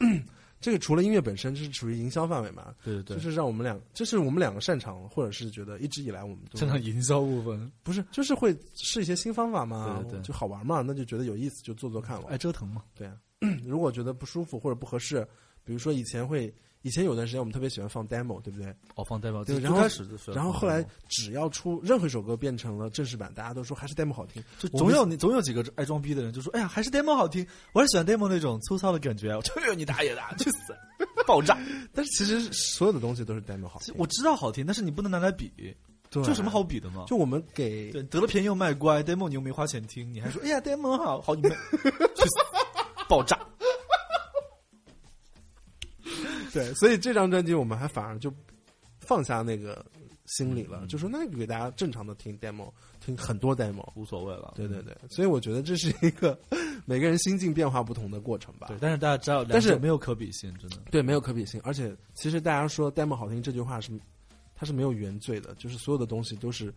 S1: 这个除了音乐本身，这是属于营销范围嘛，
S2: 对对对，
S1: 就是让我们两，这是我们两个擅长，或者是觉得一直以来我们都
S2: 擅长营销部分，
S1: 不是，就是会试一些新方法嘛，
S2: 对对对哎
S1: 就好玩嘛，那就觉得有意思就做做看
S2: 爱
S1: 了。
S2: 折腾嘛。
S1: 对啊，如果觉得不舒服或者不合适，比如说以前会，以前有段时间我们特别喜欢放 demo，对不对？
S2: 哦，放代表
S1: 对
S2: 最
S1: 然后
S2: 最开始的时候
S1: 然后后来只要出任何一首歌变成了正式版，大家都说还是 demo 好听。
S2: 就
S1: 我
S2: 总
S1: 们
S2: 有你总有几个爱装逼的人，就说：“哎呀，还是 demo 好听，我还是喜欢 demo 那种粗糙的感觉。”我这有你打野的，啊 <laughs> 去死！爆炸！
S1: 但是其实所有的东西都是 demo 好听，
S2: 我知道好听，但是你不能拿来比，
S1: 对
S2: 这有什么好？比的吗？
S1: 就我们给
S2: 啊对，得了便宜又卖乖，demo 你又没花钱听，你还说：“哎呀，demo 好好，你们 <laughs> 去死！”爆炸！
S1: 对，所以这张专辑我们还反而就放下那个心理
S2: 嗯
S1: 了，就说那给大家正常的听 demo，听很多 demo。
S2: 无所谓了。
S1: 对对对，所以我觉得这是一个 <laughs> 每个人心境变化不同的过程吧。
S2: 对，但是大家知道，
S1: 但是
S2: 两者没有可比性，真的。
S1: 对没有可比性。而且其实大家说 demo 好听这句话是，它是没有原罪的，就是所有的东西都是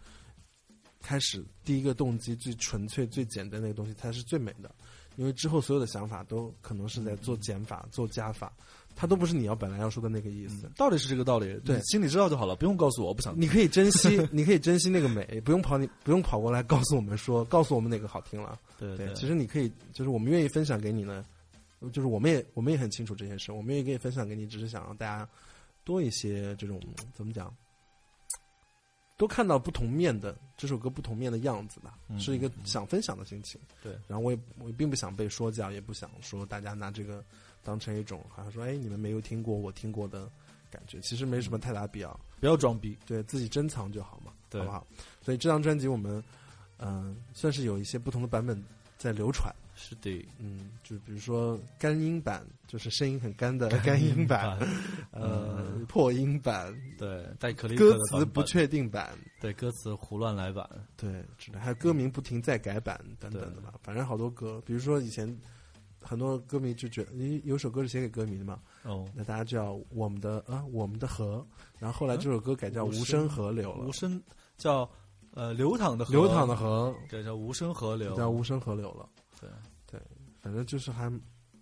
S1: 开始第一个动机最纯粹、最简单的那个东西，它是最美的。因为之后所有的想法都可能是在做减
S2: 嗯
S1: 法、做加法，它都不是你要本来要说的那个意思。
S2: 道理是这个道理，
S1: 对
S2: 你心里知道就好了，不用告诉我，我不想听。
S1: 你可以珍惜， <laughs> 你可以珍惜那个美，不用跑你不用跑过来告诉我们说，告诉我们哪个好听了。
S2: 对
S1: 对，
S2: 对，
S1: 其实你可以，就是我们愿意分享给你呢，就是我们也我们也很清楚这件事，我们愿意给你分享给你，只是想让大家多一些这种怎么讲，多看到不同面的这首歌不同面的样子吧，
S2: 嗯
S1: 是一个想分享的心情。
S2: 对，
S1: 然后我也我并不想被说教，也不想说大家拿这个当成一种好像说哎你们没有听过我听过的感觉，其实没什么太大必要。
S2: 不要装逼。
S1: 对自己珍藏就好嘛，
S2: 对
S1: 好不好？所以这张专辑我们，嗯、算是有一些不同的版本在流传，
S2: 是 <laughs> 的，
S1: 嗯，就比如说干音版，就是声音很干的干音 <laughs> 版，呃，破音版，
S2: 啊对，带嗯可立克
S1: 歌
S2: 的
S1: 词
S2: 版
S1: 不
S2: 本
S1: 确定版，
S2: 对歌词胡乱来版，
S1: 对，之类还有歌名不停再改版等等的吧，反正好多歌，比如说以前。很多歌迷就觉得，因为有首歌是写给歌迷的嘛，
S2: 哦，
S1: 那大家叫我们的啊，我们的河，然后后来这首歌改叫
S2: 嗯
S1: 无声河流了
S2: 无，声叫呃流淌的河
S1: 流淌的，河
S2: 对，叫无声河流，
S1: 叫无声河流了。
S2: 对
S1: 反正就是还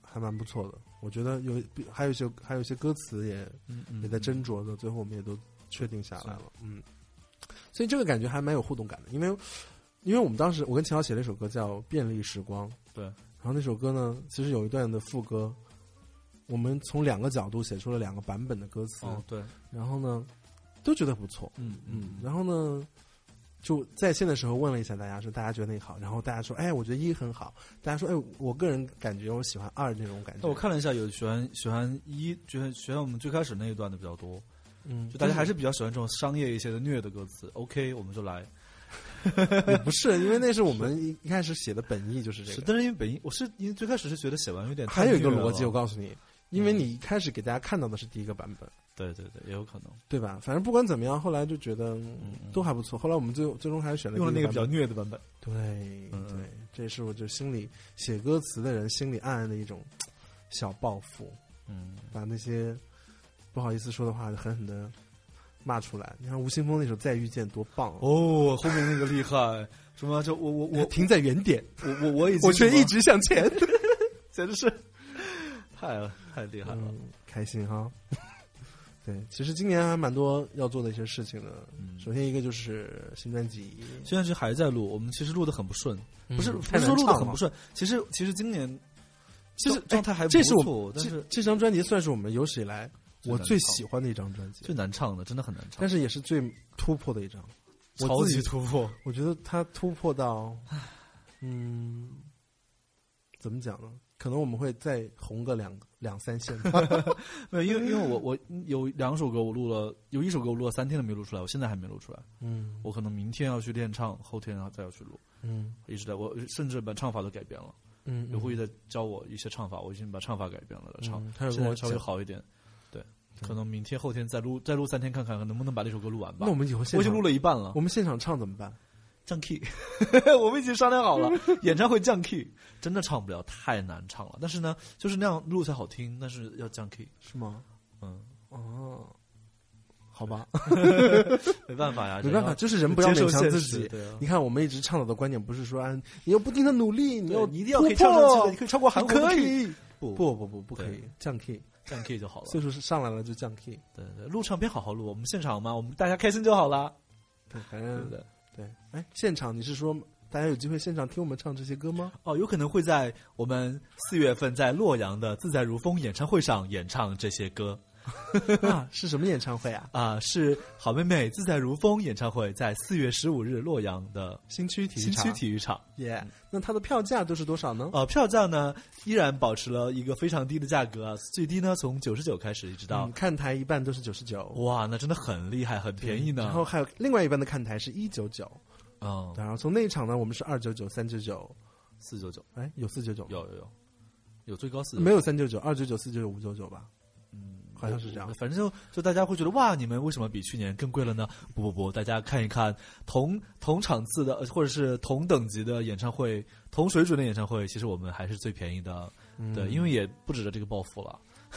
S1: 还蛮不错的。我觉得有比还有一些还有一些歌词也
S2: 嗯嗯，
S1: 也在斟酌的，最后我们也都确定下来了。嗯，所以这个感觉还蛮有互动感的，因为因为我们当时我跟秦昊写了一首歌叫《便利时光》，
S2: 对
S1: 然后那首歌呢，其实有一段的副歌，我们从两个角度写出了两个版本的歌词，
S2: 哦对，
S1: 然后呢都觉得不错，
S2: 嗯
S1: 嗯，
S2: 嗯，
S1: 然后呢，就在线的时候问了一下大家，说大家觉得那个好，然后大家说，哎，我觉得一很好，大家说，哎，我个人感觉我喜欢二那种感觉。
S2: 哦那我，看了一下，有喜欢喜欢一，喜欢喜欢我们最开始那一段的比较多，
S1: 嗯，
S2: 就大家还是比较喜欢这种商业一些的虐的歌词。OK，我们就来。
S1: 也不是，因为那是我们一一开始写的本意就是这
S2: 是，
S1: 个。
S2: 但是因为本音，我是因为最开始是觉得写完有点太
S1: 还有一个
S2: 虐
S1: 逻
S2: 了
S1: 辑，我告诉你，因为你一开始给大家看到的是第一个版本，
S2: 对对对，也有可能
S1: 对吧？反正不管怎么样，后来就觉得嗯
S2: 嗯
S1: 都还不错。后来我们最最终还是选了
S2: 用了那
S1: 第一
S2: 个
S1: 版
S2: 比
S1: 本
S2: 较虐的版本。
S1: 对
S2: 嗯
S1: 对，这是我就心里写歌词的人心里暗暗的一种小报复。
S2: 嗯，
S1: 把那些不好意思说的话狠狠的骂出来。你看吴青峰那首《再遇见》多棒哦！
S2: 哦，后面那个厉害，什么就我我
S1: 我
S2: 我
S1: 停在原点，
S2: 我我我已经
S1: 我却
S2: 什么
S1: 一直向前。
S2: 简直是太太厉害了。
S1: 嗯， <laughs> 开心哈。对，其实今年还蛮多要做的一些事情的。
S2: 嗯
S1: 首先一个就是新专辑，
S2: 现在是还在录，我们其实录的很不顺，不是
S1: 嗯
S2: 不
S1: 太难
S2: 是说录的
S1: 唱
S2: 很
S1: 了
S2: 不顺，其实其实今年
S1: 其实
S2: 状状态还
S1: 哎
S2: 不
S1: 这是
S2: 错
S1: 我
S2: 但
S1: 这
S2: 是
S1: 这张专辑算是我们有史以来
S2: 最
S1: 我
S2: 难
S1: 最
S2: 唱
S1: 喜欢的一张专辑，
S2: 最难唱的，真的很难唱
S1: 但，是也是最突破的一张。我
S2: 超
S1: 自己
S2: 级突破。
S1: 我觉得他突破到，嗯，怎么讲呢？可能我们会再红个两两三线
S2: <laughs>
S1: 吧。
S2: 没有，因为因为我我有两首歌我录了，有一首歌我录了三天都没录出来，我现在还没录出来，
S1: 嗯
S2: 我可能明天要去练唱，后天然后再要去录，
S1: 嗯
S2: 一直在我甚至把唱法都改变了，
S1: 嗯，
S2: 刘辉在教我一些唱法，我已经把唱法改变了，唱
S1: 嗯他有
S2: 现
S1: 跟我
S2: 在稍微
S1: 讲
S2: 好一点，对，可能明天后天再录再录三天看看能不能把这首歌录完吧
S1: 那我。们以后现
S2: 我已经
S1: 场
S2: 录了一半了
S1: 我，们现场唱怎么办？
S2: 降 key，我 <laughs> 们已经商量好了，演唱会降 key，真的 <laughs> 唱不了，太难唱了。但是呢，就是那样录才好听，但是要降 key，
S1: 是吗？
S2: 嗯，
S1: 哦，好吧，
S2: <laughs> 没办法呀，
S1: <laughs> 没办法，就是人不要勉强自己。
S2: 啊
S1: 你看，我们一直倡导的观点不是说啊，你要不停的努力，你要
S2: 你一定要
S1: 突
S2: 可以唱上去
S1: 破
S2: 的，你可以超过韩
S1: 你
S2: 国的
S1: 可
S2: key，
S1: 以，
S2: 不
S1: 不不不不可以
S2: 对
S1: 降 key，
S2: 这样 key 就好了。
S1: 岁数是上来了就降 key，
S2: 对对，录唱片好好录，我们现场嘛，我们大家开心就好啦，
S1: 对，反
S2: 对不
S1: 正
S2: 对？
S1: 对。哎，现场你是说大家有机会现场听我们唱这些歌吗？
S2: 哦，有可能会在我们四月份在洛阳的自在如风演唱会上演唱这些歌
S1: 啊， <laughs> 是什么演唱会啊？
S2: 啊、是好妹妹自在如风演唱会，在四月十五日洛阳的
S1: 新区体育
S2: 新
S1: 场
S2: 区体育场。
S1: 耶那它的票价都是多少呢？
S2: 呃，票价呢依然保持了一个非常低的价格啊，最低呢从九十九开始一直到
S1: 嗯，、看台一半都是九十九，
S2: 哇，那真的很厉害，很便宜呢。
S1: 然后还有另外一半的看台是一九九，
S2: 嗯，
S1: 然后从那一场呢，我们是二九九、三九九，
S2: 四九九
S1: 哎，有四九九吗？
S2: 有有有有最高四
S1: 没有三九九、二九九、四九九、五九九吧？嗯，好像是这样。
S2: 反正就就大家会觉得哇，你们为什么比去年更贵了呢？不不不，大家看一看同同场次的呃或者是同等级的演唱会，同水准的演唱会，其实我们还是最便宜的。
S1: 嗯
S2: 对，因为也不指着这个暴富了，
S1: <laughs>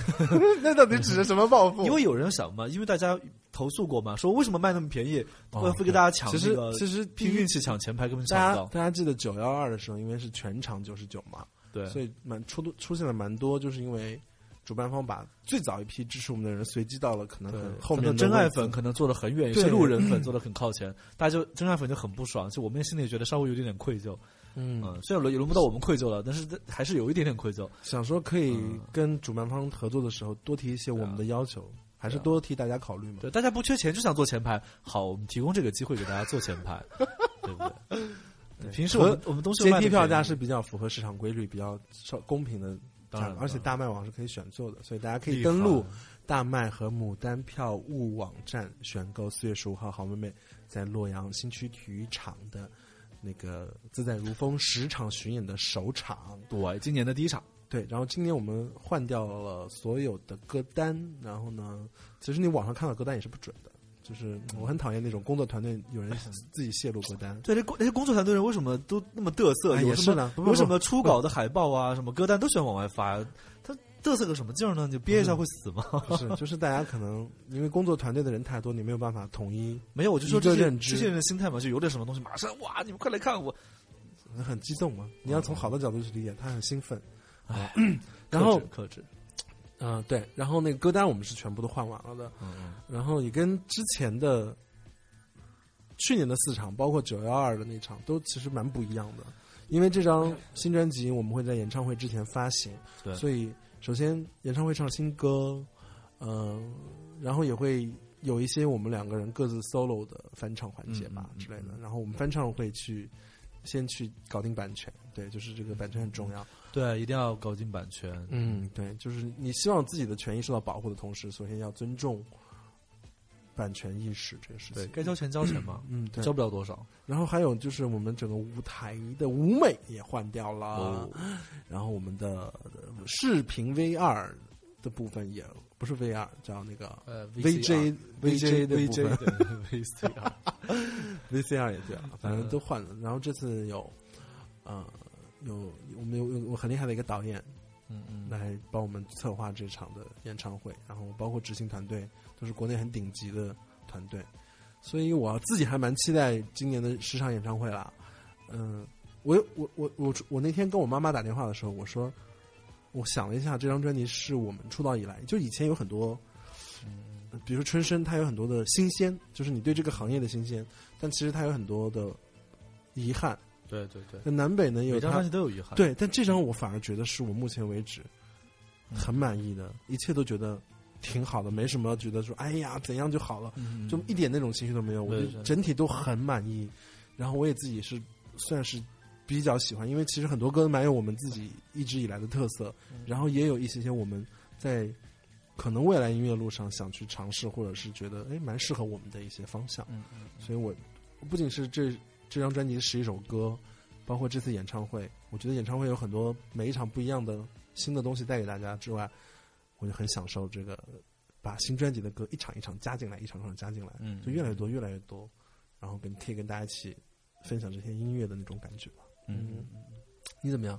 S1: 那到底指着什么报复
S2: 因为有人想嘛，因为大家投诉过嘛，说为什么卖那么便宜，
S1: 哦
S2: 会会跟大家抢
S1: 其
S2: 这
S1: 实
S2: 个
S1: 其实
S2: 拼运气抢前排根本
S1: 大
S2: 抢
S1: 家
S2: 不到。
S1: 大家记得九幺二的时候，因为是全场九十九嘛，
S2: 对，
S1: 所以蛮出出现了蛮多，就是因为主办方把最早一批支持我们的人随机到了可能
S2: 对
S1: 很后
S2: 可
S1: 面
S2: 能
S1: 的
S2: 真
S1: 位
S2: 爱
S1: 置
S2: 粉可能坐得很远，有些
S1: 对嗯
S2: 路人粉坐得很靠前，大家就真爱粉就很不爽，就我们心里也觉得稍微有点点愧疚。
S1: 嗯，
S2: 嗯，虽然轮也轮不到我们愧疚了，但是这还是有一点点愧疚。
S1: 想说可以
S2: 嗯
S1: 跟主办方合作的时候多提一些我们的要求，还是多替大家考虑嘛。
S2: 啊对，大家不缺钱就想坐前排，好，我们提供这个机会给大家坐前
S1: <laughs>
S2: 排，对不对？平时我们我们东西
S1: 阶
S2: 卖得
S1: 梯票
S2: 便宜
S1: 价是比较符合市场规律、比较稍公平的价
S2: 当然
S1: 格，而且
S2: 当
S1: 大
S2: 然
S1: 麦网是可以选座的，所以大家可以
S2: 厉害
S1: 登录大麦和牡丹票务网站选购四月十五号好妹妹在洛阳新区体育场的那个自在如风十场巡演的首场。
S2: 对今年的第一场，
S1: 对，然后今年我们换掉了所有的歌单，然后呢，其实你网上看到歌单也是不准的，就是
S2: 嗯
S1: 我很讨厌那种工作团队有人
S2: <laughs>
S1: 自己泄露歌单。
S2: 对，那工那些工作团队人为什么都那么嘚瑟？
S1: 哎
S2: <laughs> 有
S1: 也
S2: 什
S1: 是
S2: 么
S1: 呢不不
S2: 有什
S1: 不
S2: 么初稿的海报啊，什么歌单都喜欢往外发，他嘚瑟个什么劲儿呢？你
S1: 嗯
S2: 憋一下会死吗？
S1: 不是，就是大家可能因为工作团队的人太多，你没有办法统一，
S2: 没有，我就说
S1: 一个
S2: 这些
S1: 认知
S2: 这些人的心态嘛，就有点什么东西，马上哇，你们快来看我！
S1: 很激动嘛。你要从好的角度去理解，他很兴奋。
S2: 哎，
S1: <coughs> 然后
S2: 克制克制，
S1: 嗯、对，然后那个歌单我们是全部都换完了的，
S2: 嗯
S1: 然后也跟之前的去年的四场，包括九幺二的那场，都其实蛮不一样的。因为这张新专辑我们会在演唱会之前发行，
S2: 对
S1: 所以首先演唱会唱新歌，嗯、然后也会有一些我们两个人各自 solo 的翻唱环节吧、
S2: 嗯嗯嗯
S1: 之类的。然后我们翻唱会去先去搞定版权，对，就是这个版权很重要。
S2: 对，一定要搞进版权。
S1: 嗯，对，就是你希望自己的权益受到保护的同时，首先要尊重版权意识这个事情。
S2: 对该交钱交钱嘛，
S1: 嗯，对
S2: 交。不了多少。
S1: 然后还有就是我们整个舞台的舞美也换掉了，
S2: 哦，
S1: <laughs> 然后我们的呃视频 V 二的部分也不是 V 二，叫那个
S2: 呃
S1: VJ VJ 的部
S2: VJ
S1: 分
S2: 的 <laughs> VCR，
S1: ，VCR 也对啊，
S2: 嗯
S1: 反正都换了。然后这次有，呃，有我们有有很厉害的一个导演
S2: 嗯嗯，
S1: 来帮我们策划这场的演唱会，然后包括执行团队都是国内很顶级的团队，所以我自己还蛮期待今年的十场演唱会啦。嗯，我我我我我那天跟我妈妈打电话的时候，我说我想了一下，这张专辑是我们出道以来，就以前有很多，
S2: 嗯
S1: 呃比如说春生，它有很多的新鲜，就是你对这个行业的新鲜，但其实它有很多的遗憾。
S2: 对对对，
S1: 那南北呢有
S2: 每张
S1: 它
S2: 专辑都有遗憾。，
S1: 对，但这张我反而觉得是我目前为止很满意的，一切都觉得挺好的，没什么觉得说哎呀怎样就好了，
S2: 嗯
S1: 就一点那种情绪都没有，我
S2: 对
S1: 就
S2: 对
S1: 整体都很满意。然后我也自己是算是比较喜欢，因为其实很多歌蛮有我们自己一直以来的特色，
S2: 嗯
S1: 然后也有一些些我们在可能未来音乐路上想去尝试，或者是觉得哎蛮适合我们的一些方向。
S2: 嗯嗯，
S1: 所以我不仅是这这张专辑十一首歌，包括这次演唱会，我觉得演唱会有很多每一场不一样的新的东西带给大家之外，我就很享受这个把新专辑的歌一场一场加进来，一场一场加进来，
S2: 嗯
S1: 就越来越多，越来越多，然后跟可以跟大家一起分享这些音乐的那种感觉吧。
S2: 嗯，
S1: 你怎么样？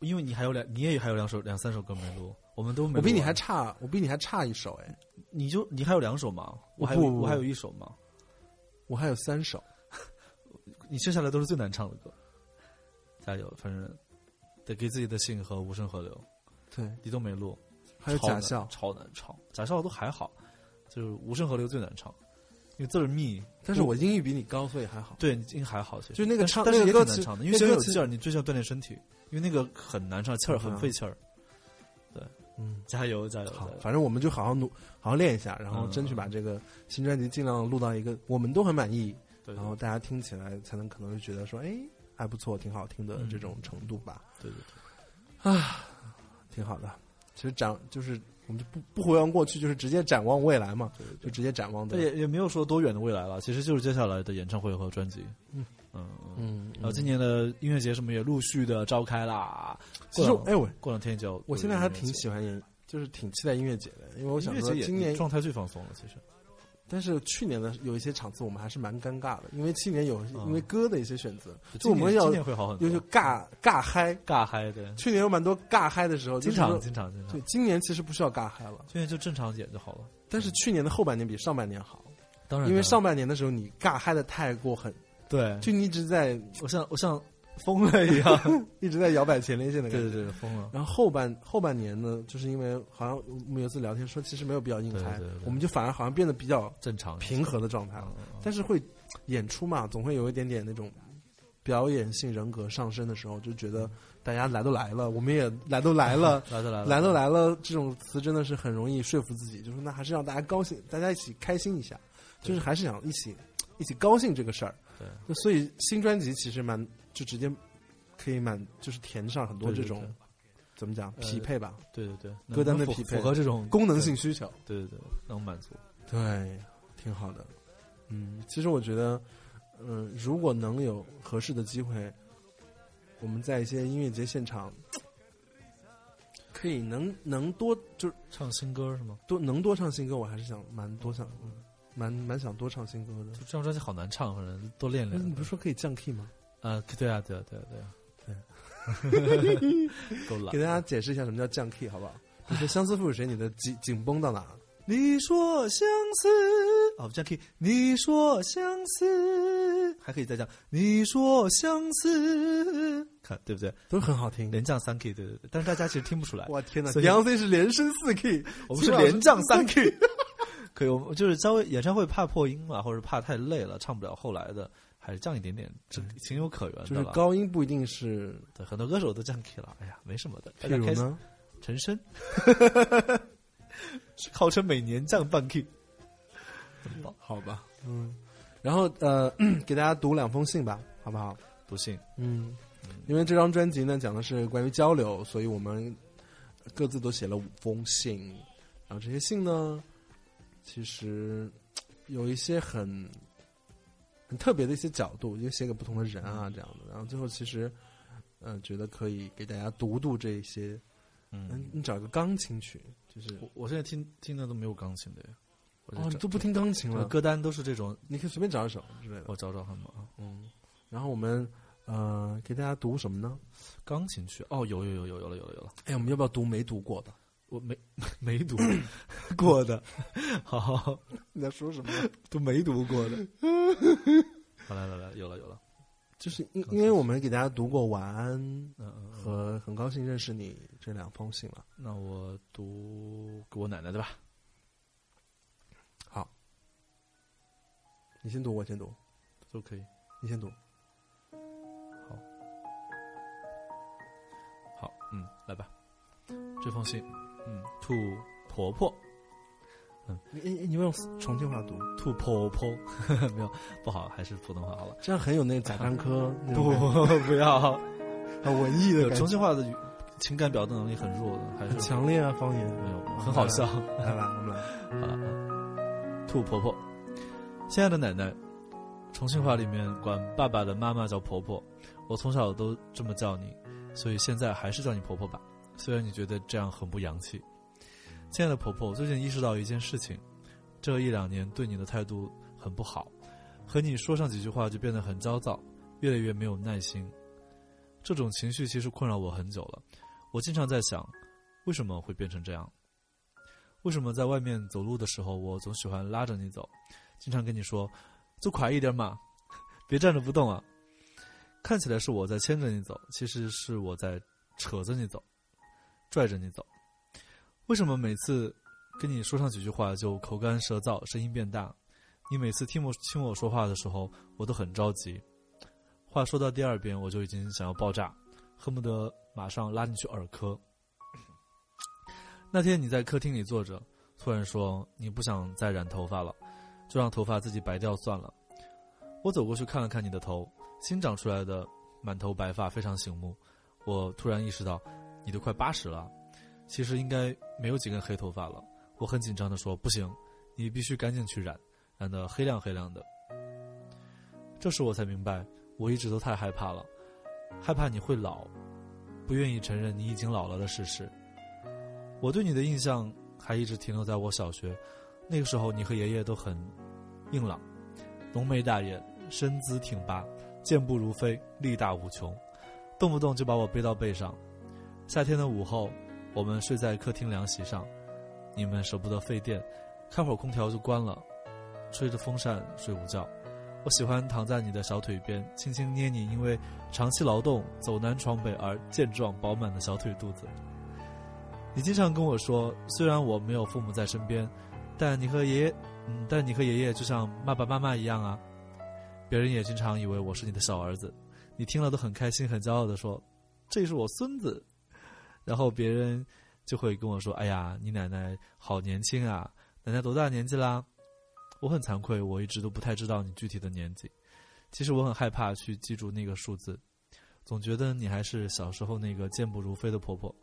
S2: 因为你还有两，你也还有两首两三首歌没录，我们都没录
S1: 我
S2: 完。
S1: 比你还差，我比你还差一首哎，
S2: 你就你还有两首吗？我还有
S1: 不不
S2: 我还有一首吗？
S1: 我还有三首，
S2: 你剩下来都是最难唱的歌，加油！反正得给自己的信和无声河流，
S1: 对，
S2: 李东梅路，
S1: 还有
S2: 超难
S1: 假笑，
S2: 超难唱，假笑都还好，就是无声河流最难唱，因为字儿密，
S1: 但是我英语比你高，所以还好。
S2: 对，你应该还好，其实
S1: 就那个唱
S2: 但是
S1: 那
S2: 也
S1: 个
S2: 挺
S1: 歌
S2: 难
S1: 词
S2: 唱的，因
S1: 那
S2: 为先
S1: 歌
S2: 有
S1: 词
S2: 气儿，你最需要锻炼身体，因为那个很难唱，气儿很
S1: 嗯
S2: 费气儿。
S1: 嗯，
S2: 加油，加油！
S1: 好
S2: 加，油
S1: 反正我们就好好努，好好练一下，然后
S2: 嗯
S1: 争取把这个新专辑尽量录到一个我们都很满意，
S2: 对，
S1: 然后大家听起来才能可能觉得说，哎，还不错，挺好听的
S2: 嗯
S1: 这种程度吧，
S2: 对对对，
S1: 挺好的。其实展就是我们就不不回望过去，就是直接展望未来嘛，就直接展望的
S2: 但。也也没有说多远的未来了，其实就是接下来的演唱会和专辑。
S1: 嗯
S2: 嗯嗯。
S1: 嗯，
S2: 然后今年的音乐节什么也陆续的召开啦。
S1: 其实
S2: 过两
S1: 哎我
S2: 过两天就要
S1: 我现在还挺
S2: 欢，
S1: 喜欢演，就是挺期待音乐节的，因为我
S2: 我
S1: 想说今年
S2: 状态最放松了，其实
S1: 但是去年的有一些场次我们还是蛮尴尬的，因为去年有
S2: 嗯
S1: 因为歌的一些选择，就
S2: 今
S1: 我
S2: 年
S1: 们要
S2: 今年会好很多
S1: 有，就尬尬嗨。
S2: 尬嗨对，
S1: 去年有蛮多尬嗨的时候，
S2: 经
S1: 就是
S2: 常
S1: 说
S2: 经常经常
S1: 对，，今年其实不需要尬嗨了。
S2: 今年就正常演就好了。
S1: 但是去年的后半年比上半年好，
S2: 当然，
S1: 因为
S2: 当
S1: 上半年的时候你尬嗨的太过狠，
S2: 然对，
S1: 就你一直
S2: <laughs>
S1: 在
S2: 我像我像疯了一样，
S1: 一直在摇摆前列腺的
S2: 对
S1: 感觉。
S2: 对对，疯了。
S1: 然后后半后半年呢，就是因为好像我们有一次聊天说，其实没有必要硬
S2: 对
S1: 嗨，
S2: 对对
S1: 我们就反而好像变得比较
S2: 正常
S1: 平和的状态了。
S2: 嗯嗯，
S1: 但是会演出嘛，总会有一点点那种表演性人格上升的时候，就觉得大家来都来了，我们也来都来了
S2: 来都来了，
S1: 来都来了，这种词真的是很容易说服自己，就说那还是让大家高兴，大家一起开心一下，就是还是想一起一起高兴这个事儿。
S2: 对
S1: 就所以新专辑其实蛮就直接可以满就是填上很多
S2: 对对
S1: 这种
S2: 对
S1: 怎么讲
S2: 呃
S1: 匹配吧，
S2: 对对对，
S1: 歌单的
S2: 能
S1: 匹
S2: 符
S1: 配
S2: 符合这种
S1: 功能性需求。
S2: 对，对对对，能满足。
S1: 对，挺好的。嗯，其实我觉得，嗯、如果能有合适的机会，我们在一些音乐节现场，可以能能多就是
S2: 唱新歌是吗？
S1: 多能多唱新歌，我还是想蛮多想，蛮蛮想多唱新歌的
S2: 就。这张专辑好难唱，反正多练
S1: 不是
S2: 练。
S1: 你不是说可以降 key 吗？
S2: 啊，对啊，对啊，对啊，对啊，对，够了
S1: 给。大家解释一下什么叫降 key 好不好？你说《相思赋予谁》，你的紧紧绷到哪？
S2: 你说相思，哦，这样可以。你说相思，还可以再降。你说相思，看对不对？
S1: 都很好听。
S2: 连降三 K，对对对。但是大家其实听不出来，
S1: 哇天哪
S2: 所以
S1: ！Beyonce 是连升四 key，
S2: 我们是
S1: 秦老师
S2: 连降三 K。可以， <laughs> 我们就是稍微演唱会怕破音嘛，或者怕太累了唱不了后来的，还是降一点点，这情有可原
S1: 就
S2: 的
S1: 是
S2: 了。
S1: 高音不一定是，
S2: 对，很多歌手都降 K 了，哎呀，没什么的。大
S1: 譬
S2: 家
S1: 如
S2: 开始
S1: 呢？
S2: 陈升，号称每年降半 K，很棒。
S1: 好吧，嗯，然后呃， <clears throat> 给大家读两封信吧，好不好？
S2: 不信，
S1: 嗯，因为这张专辑呢讲的是关于交流，所以我们各自都写了五封信，然后这些信呢，其实有一些很很特别的一些角度，因为写给不同的人啊这样的，然后最后其实。嗯，觉得可以给大家读读这一些。嗯，
S2: 嗯，
S1: 你找一个钢琴曲，就是
S2: 我我现在听听的都没有钢琴的呀，我
S1: 哦，
S2: 就
S1: 你
S2: 找
S1: 都不听钢琴
S2: 我的
S1: 了，
S2: 歌单都是这种，
S1: 你可以随便找一首之类的。
S2: 我找找看嘛啊，
S1: 嗯，然后我们呃给大家读什么呢？
S2: 钢琴曲哦，有有有有有了有了有了，
S1: 哎，我们要不要读没读过的？
S2: 我没没 <laughs> 读过的，好好好
S1: 你在说什么？
S2: 都没读过 <laughs> 的，好来来来，有了有了，
S1: 就是因因为我们给大家读过晚安
S2: 嗯嗯，嗯
S1: 和很高兴认识你这两封信了。
S2: 那我读给我奶奶的吧，
S1: 好，你先读，我先读，
S2: 都可以。
S1: 你先读。
S2: 好，嗯，来吧，这封信，嗯，兔婆婆，
S1: 你你你用重庆话读，
S2: 兔婆婆， <laughs> 没有不好，还是普通话好了。 <laughs>
S1: 这样很有那个贾樟柯那种感
S2: 不，不要，
S1: 觉很文艺的感
S2: 重
S1: 觉，
S2: 庆话的语情感表达能力很弱的，还是
S1: 很强烈啊，方言。
S2: 没有，很好笑。
S1: 来吧，我们来。
S2: 啊，兔婆婆，亲爱的奶奶，重庆话里面管爸爸的妈妈叫婆婆，我从小都这么叫你，所以现在还是叫你婆婆吧。虽然你觉得这样很不洋气，亲爱的婆婆，我最近意识到一件事情，这一两年对你的态度很不好，和你说上几句话就变得很焦躁，越来越没有耐心。这种情绪其实困扰我很久了，我经常在想，为什么会变成这样？为什么在外面走路的时候，我总喜欢拉着你走，经常跟你说，走快一点嘛， <laughs> 别站着不动啊。看起来是我在牵着你走，其实是我在扯着你走，拽着你走。为什么每次跟你说上几句话就口干舌燥，声音变大？你每次听我听我说话的时候，我都很着急。话说到第二遍，我就已经想要爆炸，恨不得马上拉你去耳科。那天你在客厅里坐着，突然说你不想再染头发了，就让头发自己白掉算了。我走过去看了看你的头，新长出来的满头白发非常醒目。我突然意识到，你都快八十了，其实应该没有几根黑头发了。我很紧张的说：“不行，你必须赶紧去染，染得黑亮黑亮的。”这时我才明白，我一直都太害怕了，害怕你会老，不愿意承认你已经老了的事实。我对你的印象还一直停留在我小学，那个时候你和爷爷都很硬朗，浓眉大眼，身姿挺拔，健步如飞，力大无穷，动不动就把我背到背上。夏天的午后，我们睡在客厅凉席上，你们舍不得费电，开会儿空调就关了，吹着风扇睡午觉。我喜欢躺在你的小腿边，轻轻捏你因为长期劳动走南闯北而健壮饱满的小腿肚子。你经常跟我说，虽然我没有父母在身边，但你和爷爷，嗯，但你和爷爷就像爸爸妈妈一样啊。别人也经常以为我是你的小儿子，你听了都很开心、很骄傲的说：“这是我孙子。”然后别人就会跟我说：“哎呀，你奶奶好年轻啊，奶奶多大年纪啦？”我很惭愧，我一直都不太知道你具体的年纪。其实我很害怕去记住那个数字，总觉得你还是小时候那个健步如飞的婆婆。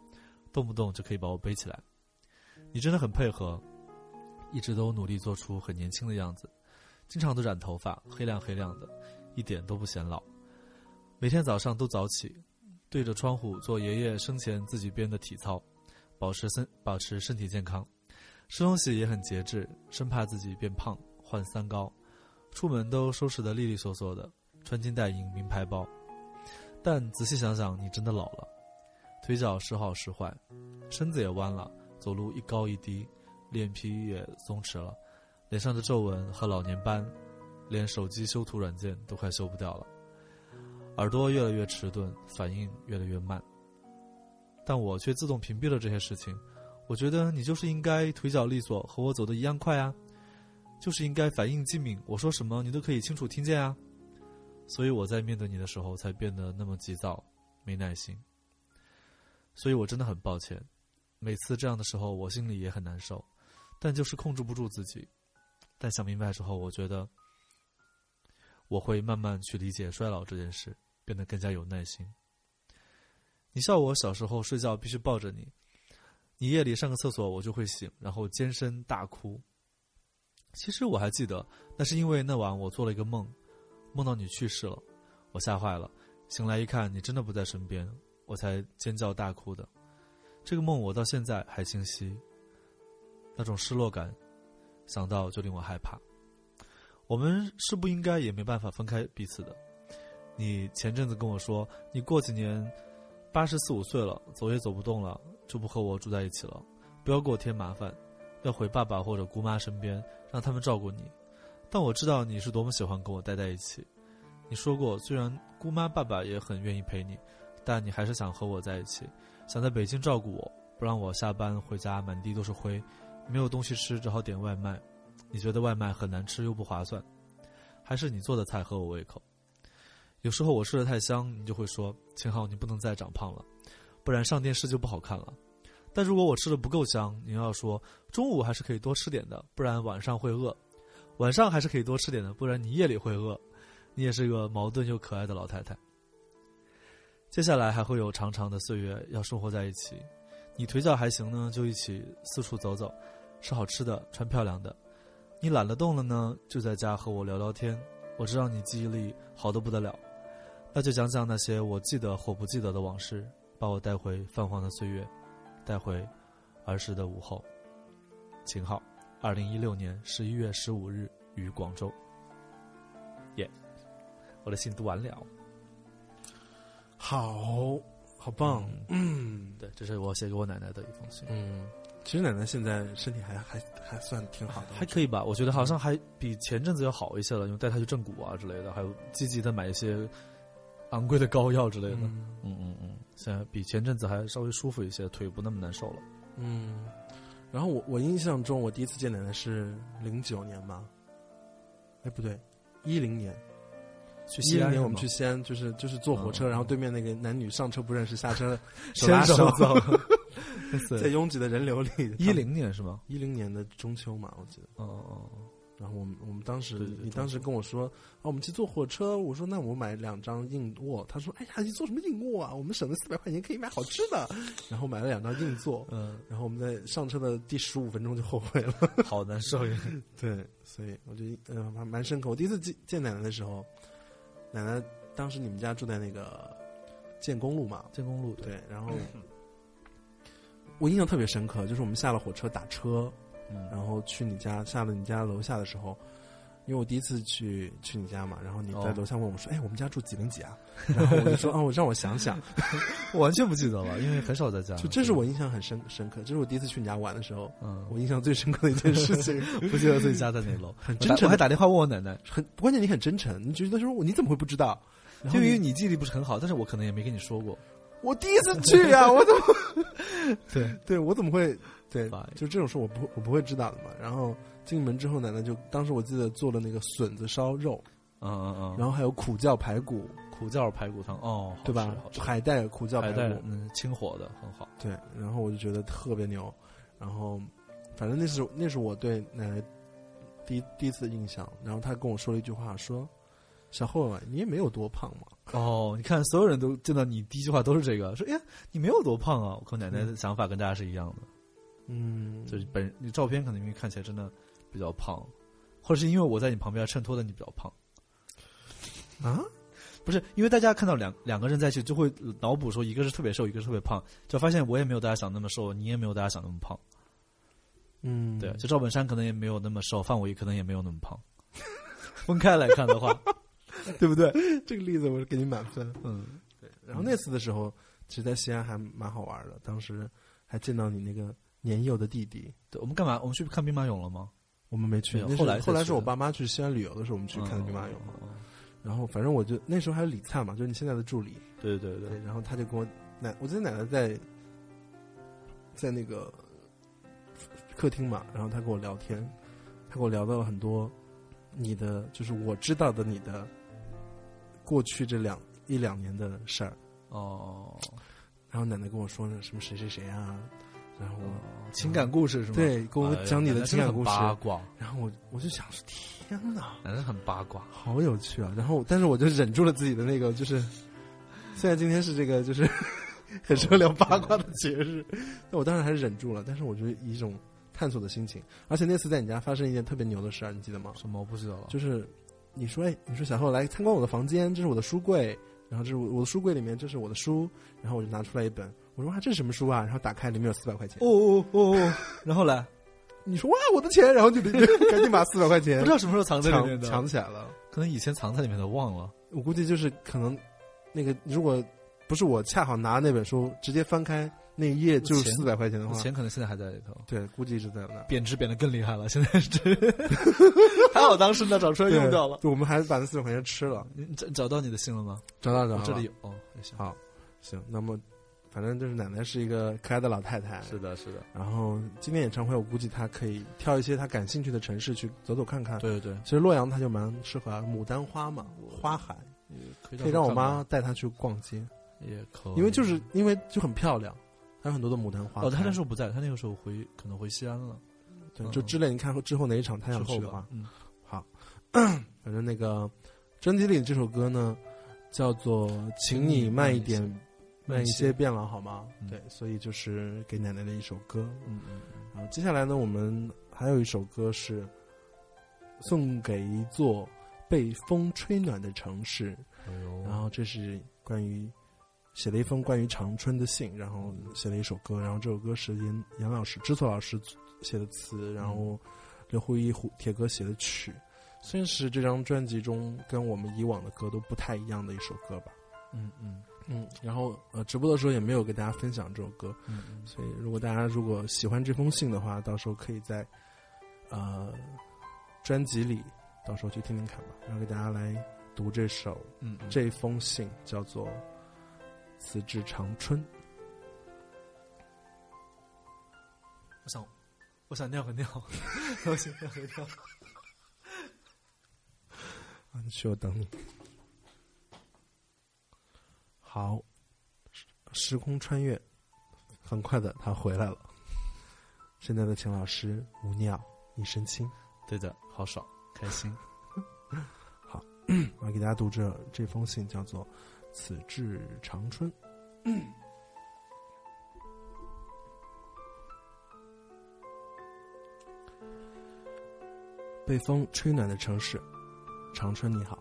S2: 动不动就可以把我背起来。你真的很配合，一直都努力做出很年轻的样子，经常都染头发，黑亮黑亮的，一点都不显老。每天早上都早起，对着窗户做爷爷生前自己编的体操，保持身保持身体健康，吃东西也很节制，生怕自己变胖，患三高。出门都收拾得利利索索的，穿金戴银名牌包。但仔细想想，你真的老了。腿脚时好时坏，身子也弯了，走路一高一低，脸皮也松弛了，脸上的皱纹和老年斑，连手机修图软件都快修不掉了，耳朵越来越迟钝，反应越来越慢。但我却自动屏蔽了这些事情，我觉得你就是应该腿脚利索，和我走的一样快啊，就是应该反应机敏，我说什么你都可以清楚听见啊。所以我在面对你的时候才变得那么急躁，没耐心。所以我真的很抱歉。每次这样的时候，我心里也很难受，但就是控制不住自己。但想明白之后，我觉得我会慢慢去理解衰老这件事，变得更加有耐心。你笑我小时候睡觉必须抱着你，你夜里上个厕所我就会醒，然后尖声大哭。其实我还记得，那是因为那晚我做了一个梦，梦到你去世了，我吓坏了，醒来一看你真的不在身边，我才尖叫大哭的。这个梦我到现在还清晰，那种失落感，想到就令我害怕。我们是不应该也没办法分开彼此的。你前阵子跟我说，你过几年八十四五岁了，走也走不动了，就不和我住在一起了，不要给我添麻烦，要回爸爸或者姑妈身边，让他们照顾你。但我知道你是多么喜欢跟我待在一起。你说过，虽然姑妈、爸爸也很愿意陪你，但你还是想和我在一起，想在北京照顾我，不让我下班回家满地都是灰，没有东西吃，只好点外卖。你觉得外卖很难吃又不划算，还是你做的菜合我胃口？有时候我吃的太香，你就会说：“秦昊，你不能再长胖了，不然上电视就不好看了。”但如果我吃的不够香，你要说：“中午还是可以多吃点的，不然晚上会饿；晚上还是可以多吃点的，不然你夜里会饿。”你也是个矛盾又可爱的老太太。接下来还会有长长的岁月要生活在一起。你腿脚还行呢，就一起四处走走，吃好吃的，穿漂亮的。你懒得动了呢，就在家和我聊聊天。我知道你记忆力好的不得了，那就讲讲那些我记得或不记得的往事，把我带回泛黄的岁月，带回儿时的午后。秦昊，二零一六年十一月十五日于广州。耶、我的信读完了。
S1: 好好棒，嗯
S2: 嗯对，这是我写给我奶奶的一封信。
S1: 嗯，其实奶奶现在身体还还还算挺好的，
S2: 还可以吧？我觉得好像还比前阵子要好一些了，因为带他去正骨啊之类的，还有积极的买一些昂贵的膏药之类的。嗯
S1: 嗯
S2: 嗯嗯，现在比前阵子还稍微舒服一些，腿不那么难受了。
S1: 嗯。然后我我印象中，我第一次见奶奶是零九年吧？哎，不对，一零年。
S2: 去
S1: 一
S2: 西
S1: 零
S2: 安
S1: 年我们
S2: 是吗
S1: 去西安，就是就是坐火车，
S2: 嗯
S1: 然后对面那个男女上车不认识，下车拉
S2: 牵
S1: 手
S2: 手走， <laughs>
S1: 在拥挤的人流里。
S2: 一零年是吗？
S1: 一零年的中秋嘛，我记得。
S2: 哦哦哦，
S1: 然后我们我们当时
S2: 对对对
S1: 你当时跟我说啊，我们去坐火车，我说那我买两张硬卧，他说哎呀，你坐什么硬卧啊？我们省了四百块钱可以买好吃的，
S2: <laughs>
S1: 然后买了两张硬座，
S2: 嗯，
S1: 然后我们在上车的第十五分钟就后悔了。
S2: <laughs> 好难受呀。
S1: 对，所以我觉得呃蛮蛮深刻。我第一次见见奶奶的时候，奶奶当时你们家住在那个建工路嘛，
S2: 建工路，
S1: 对，然后我印象特别深刻，就是我们下了火车打车，
S2: 嗯，
S1: 然后去你家，下了你家楼下的时候，因为我第一次去去你家嘛，然后你在
S2: 哦
S1: 楼下问我说：“哎，我们家住几零几啊？”然后我就说：“啊，我让我想想。
S2: <laughs> 我完全不记得了，因为很少在家”。
S1: 就这是我印象很深深刻，这是我第一次去你家玩的时候，
S2: 嗯，
S1: 我印象最深刻的一件事情。
S2: 不记得自己家在哪楼，
S1: 很
S2: 我
S1: 真
S2: 打
S1: 诚
S2: 我还打电话问我奶奶，
S1: 很关键，你很真诚，你觉得说我你怎么会不知道？然后
S2: 就因为
S1: 你
S2: 你记忆力不是很好，但是我可能也没跟你说过。
S1: 我第一次去啊，我怎么
S2: 对，
S1: 对我怎么会对
S2: Fine
S1: 就这种事我不我不会知道的嘛。然后进门之后，奶奶就当时我记得做了那个笋子烧肉，
S2: 嗯嗯嗯，
S1: 然后还有苦椒排骨，
S2: 苦椒排骨汤，哦，好
S1: 对吧
S2: 吃好？吃
S1: 海带苦椒
S2: 海
S1: 排
S2: 带
S1: 骨，
S2: 嗯清火的很好。
S1: 对，然后我就觉得特别牛，然后反正那是那是我对奶奶第一第一次的印象。然后她跟我说了一句话，说：“小慧啊，你也没有多胖嘛。
S2: 哦，你看所有人都见到你第一句话都是这个，说哎呀你没有多胖啊，我跟我奶奶的想法跟大家是一样的，”
S1: 嗯，
S2: 就是本你照片可能因为看起来真的比较胖，或者是因为我在你旁边衬托的你比较胖。
S1: 啊，
S2: 不是，因为大家看到两两个人在一起，就会脑补说一个是特别瘦，一个是特别胖，就发现我也没有大家想那么瘦，你也没有大家想那么胖。
S1: 嗯，
S2: 对，啊就赵本山可能也没有那么瘦，范伟可能也没有那么胖。 <laughs> 分开来看的话，对不对？
S1: 这个例子我是给你满分。
S2: 嗯，
S1: 然后那次的时候，其实在西安还蛮好玩的，当时还见到你那个年幼的弟弟。
S2: 对，我们干嘛？我们去看兵马俑了吗？
S1: 我们没去，
S2: 没有
S1: 那是
S2: 后来才
S1: 后来
S2: 去
S1: 是我
S2: 的
S1: 爸妈去西安旅游的时候，我们去看的兵马俑嘛。
S2: 嗯。嗯嗯
S1: 然后反正我就那时候还有李灿嘛，就是你现在的助理，
S2: 对对对
S1: 对，，然后他就跟我奶，我记得奶奶在在那个客厅嘛，然后他跟我聊天，他跟我聊到了很多你的，就是我知道的你的过去这两一两年的事儿。
S2: 哦，
S1: 然后奶奶跟我说呢，什么谁谁谁啊，然后我、
S2: 哦情感故事是吗？
S1: 对跟我
S2: 哎呀
S1: 讲你的
S2: 奶奶
S1: 情
S2: 真
S1: 感
S2: 很
S1: 故事，
S2: 八卦，
S1: 然后我我就想说，天哪，
S2: 奶奶很八卦。
S1: 好有趣啊！然后但是我就忍住了自己的那个，就是虽然今天是这个就是很适合聊八卦的节日，但我当然还是忍住了。但是我就以一种探索的心情，而且那次在你家发生一件特别牛的事儿，你记得吗？
S2: 什么？我不知道了。
S1: 就是你说，哎，你说小厚来参观我的房间，这是我的书柜，然后这是我我的书柜里面这是我的书，然后我就拿出来一本，我说哇，这是什么书啊？然后打开里面有四百块 <laughs> 钱，
S2: 哦哦哦哦，然后来，
S1: 你说哇，我的钱，然后就 <laughs> 赶紧把四百块钱
S2: 不知道什么时候藏在里面
S1: 抢
S2: 的，
S1: 抢起来了。
S2: 可能以前藏在里面的忘了。
S1: 我估计就是可能那个如果不是我恰好拿那本书直接翻开那一页就是
S2: 钱
S1: 四百块钱的话，
S2: 钱可能现在还在里头，
S1: 对，估计一直在那。
S2: 贬值贬得更厉害了。现
S1: <laughs>
S2: 在是，还好当时呢找出来用掉了。
S1: 对，我们还把那四百块钱吃了，
S2: 你找找到你的信了吗？
S1: 找到找
S2: 我
S1: 到
S2: 这里
S1: 了
S2: 有。哦，还行。
S1: 好，行，那么反正就是奶奶是一个可爱的老太太，
S2: 的，是的，
S1: 然后今天演唱会，我估计他可以挑一些他感兴趣的城市去走走看 <laughs> 看。，
S2: 对嗯对
S1: 其实洛阳他就蛮适合啊牡丹花嘛，花海
S2: 对，可
S1: 可以让我妈带他去逛街，
S2: 也可以，
S1: 因为就是因为就很漂亮，还有很多的牡丹花开。
S2: 哦，她那时候不在，她那个时候回可能回西安了，
S1: 对，
S2: 嗯
S1: 就之类，你看之后哪一场他
S2: 之
S1: 想
S2: 后
S1: 去的话
S2: 吧，，嗯，
S1: 好。反正那个专辑里这首歌呢，叫做《请你慢一点，慢一些变老好吗》。
S2: 嗯
S1: 对，所以就是给奶奶的一首歌。
S2: 嗯嗯
S1: 然后接下来呢，我们还有一首歌是送给一座被风吹暖的城市，
S2: 嗯，
S1: 然后这是关于写了一封关于长春的信，然后写了一首歌，然后这首歌是杨杨老师、知错老师写的词，然后刘胡一胡铁哥写的曲，算是这张专辑中跟我们以往的歌都不太一样的一首歌吧。
S2: 嗯嗯，
S1: 嗯，然后呃，直播的时候也没有给大家分享这首歌，
S2: 嗯
S1: 所以如果大家如果喜欢这封信的话，到时候可以在呃专辑里到时候去听听看吧。然后给大家来读这首
S2: 嗯，嗯
S1: 这封信，叫做《辞职长春》。
S2: 我想我想尿个尿， <laughs> 我想尿个尿。
S1: 啊，你去，我等你。 <laughs> 好，时时空穿越，很快的，他回来了。现在的钱老师无尿，一身轻。
S2: 对的，好爽，开心。
S1: 我给大家读这这封信，叫做《此致长春》。被风吹暖的城市，长春你好。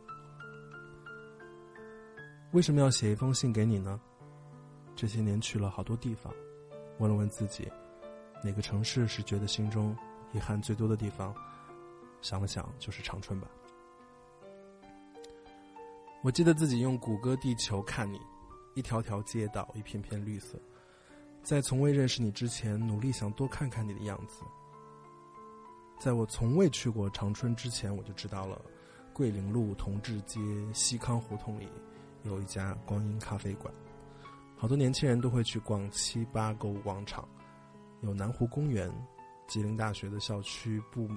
S1: 为什么要写一封信给你呢？这些年去了好多地方，问了问自己，哪个城市是觉得心中遗憾最多的地方？想了想，就是长春吧。我记得自己用谷歌地球看你，一条条街道，一片片绿色。在从未认识你之前，努力想多看看你的样子。在我从未去过长春之前，我就知道了，桂林路同志街西康胡同里有一家光阴咖啡馆，好多年轻人都会去逛七八购物广场，有南湖公园，吉林大学的校区布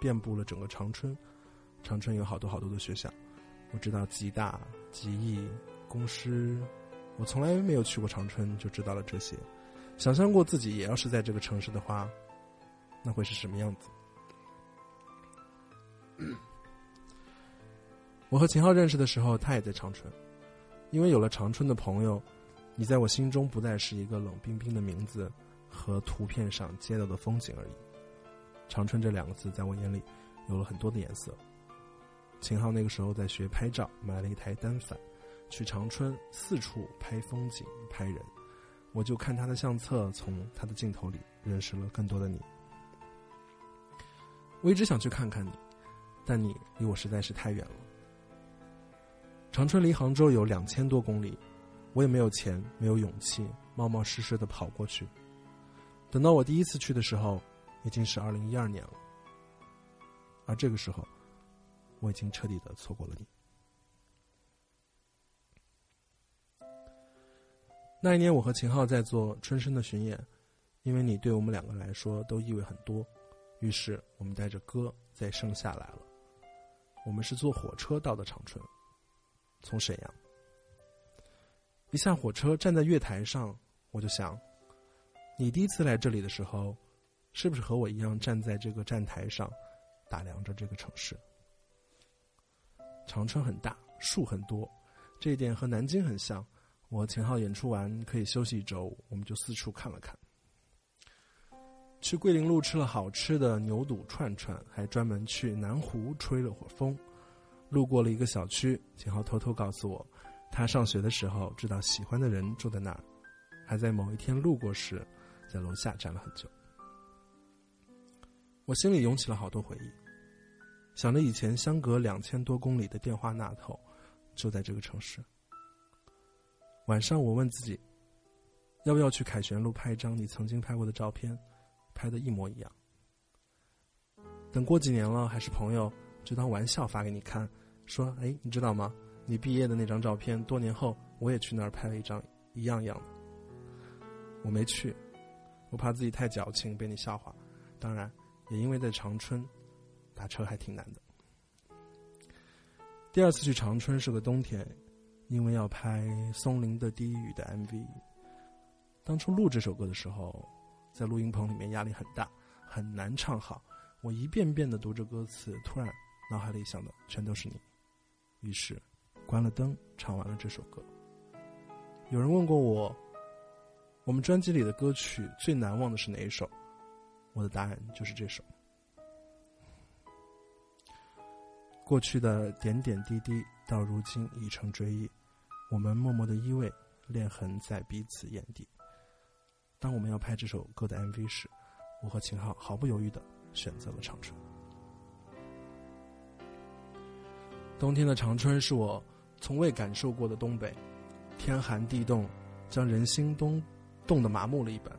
S1: 遍布了整个长春，长春有好多好多的学校。我知道吉大、吉艺、公师，我从来没有去过长春，就知道了这些。想象过自己也要是在这个城市的话，那会是什么样子？ <coughs> 我和秦昊认识的时候，他也在长春，因为有了长春的朋友，你在我心中不再是一个冷冰冰的名字和图片上街道的风景而已。长春这两个字，在我眼里有了很多的颜色。秦昊那个时候在学拍照，买了一台单反，去长春四处拍风景、拍人。我就看他的相册，从他的镜头里认识了更多的你。我一直想去看看你，但你离我实在是太远了。长春离杭州有两千多公里，我也没有钱，没有勇气，冒冒失失的跑过去。等到我第一次去的时候，已经是二零一二年了，而这个时候。我已经彻底的错过了你。那一年，我和秦昊在做春生的巡演，因为你对我们两个来说都意味很多，于是我们带着歌在盛夏来了。我们是坐火车到的长春，从沈阳。一下火车，站在月台上，我就想，你第一次来这里的时候，是不是和我一样站在这个站台上，打量着这个城市？长春很大，树很多，这一点和南京很像。我秦昊演出完可以休息一周，我们就四处看了看。去桂林路吃了好吃的牛肚串串，还专门去南湖吹了会儿风。路过了一个小区，秦昊偷偷告诉我，他上学的时候知道喜欢的人住在那儿，还在某一天路过时，在楼下站了很久。我心里涌起了好多回忆。想着以前相隔两千多公里的电话那头，就在这个城市。晚上我问自己，要不要去凯旋路拍一张你曾经拍过的照片，拍的一模一样。等过几年了，还是朋友，就当玩笑发给你看，说：“哎，你知道吗？你毕业的那张照片，多年后我也去那儿拍了一张一样样的。”我没去，我怕自己太矫情被你笑话。当然，也因为在长春，打车还挺难的。第二次去长春是个冬天，因为要拍《松林的低语》的 MV。当初录这首歌的时候，在录音棚里面压力很大，很难唱好。我一遍遍的读着歌词，突然脑海里想的全都是你，于是关了灯，唱完了这首歌。有人问过我，我们专辑里的歌曲最难忘的是哪一首？我的答案就是这首。过去的点点滴滴，到如今已成追忆。我们默默的依偎，恋痕在彼此眼底。当我们要拍这首歌的 MV 时，我和秦昊毫不犹豫的选择了长春。冬天的长春是我从未感受过的东北，天寒地冻，将人心冻冻得麻木了一般。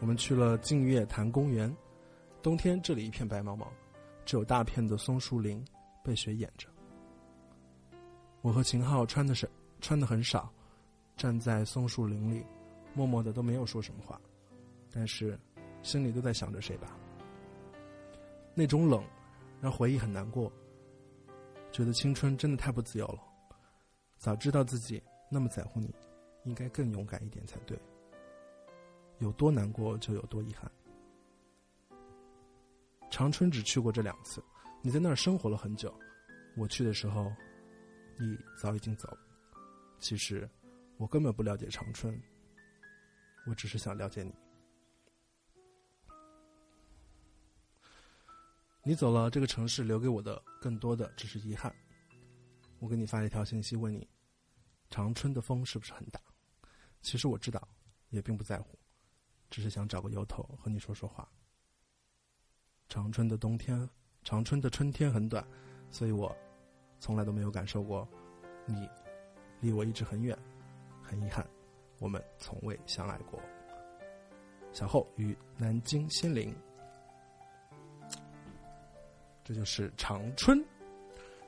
S1: 我们去了净月潭公园，冬天这里一片白茫茫，只有大片的松树林被雪掩着。我和秦昊穿的是穿的很少，站在松树林里，默默的都没有说什么话，但是心里都在想着谁吧。那种冷，让回忆很难过，觉得青春真的太不自由了。早知道自己那么在乎你，应该更勇敢一点才对。有多难过就有多遗憾。长春只去过这两次，你在那儿生活了很久，我去的时候，你早已经走了。其实，我根本不了解长春，我只是想了解你。你走了，这个城市留给我的更多的只是遗憾。我给你发了一条信息，问你，长春的风是不是很大？其实我知道，也并不在乎，只是想找个由头和你说说话。长春的冬天，长春的春天很短，所以我从来都没有感受过你离我一直很远，很遗憾，我们从未相爱过。小后于南京仙林，这就是长春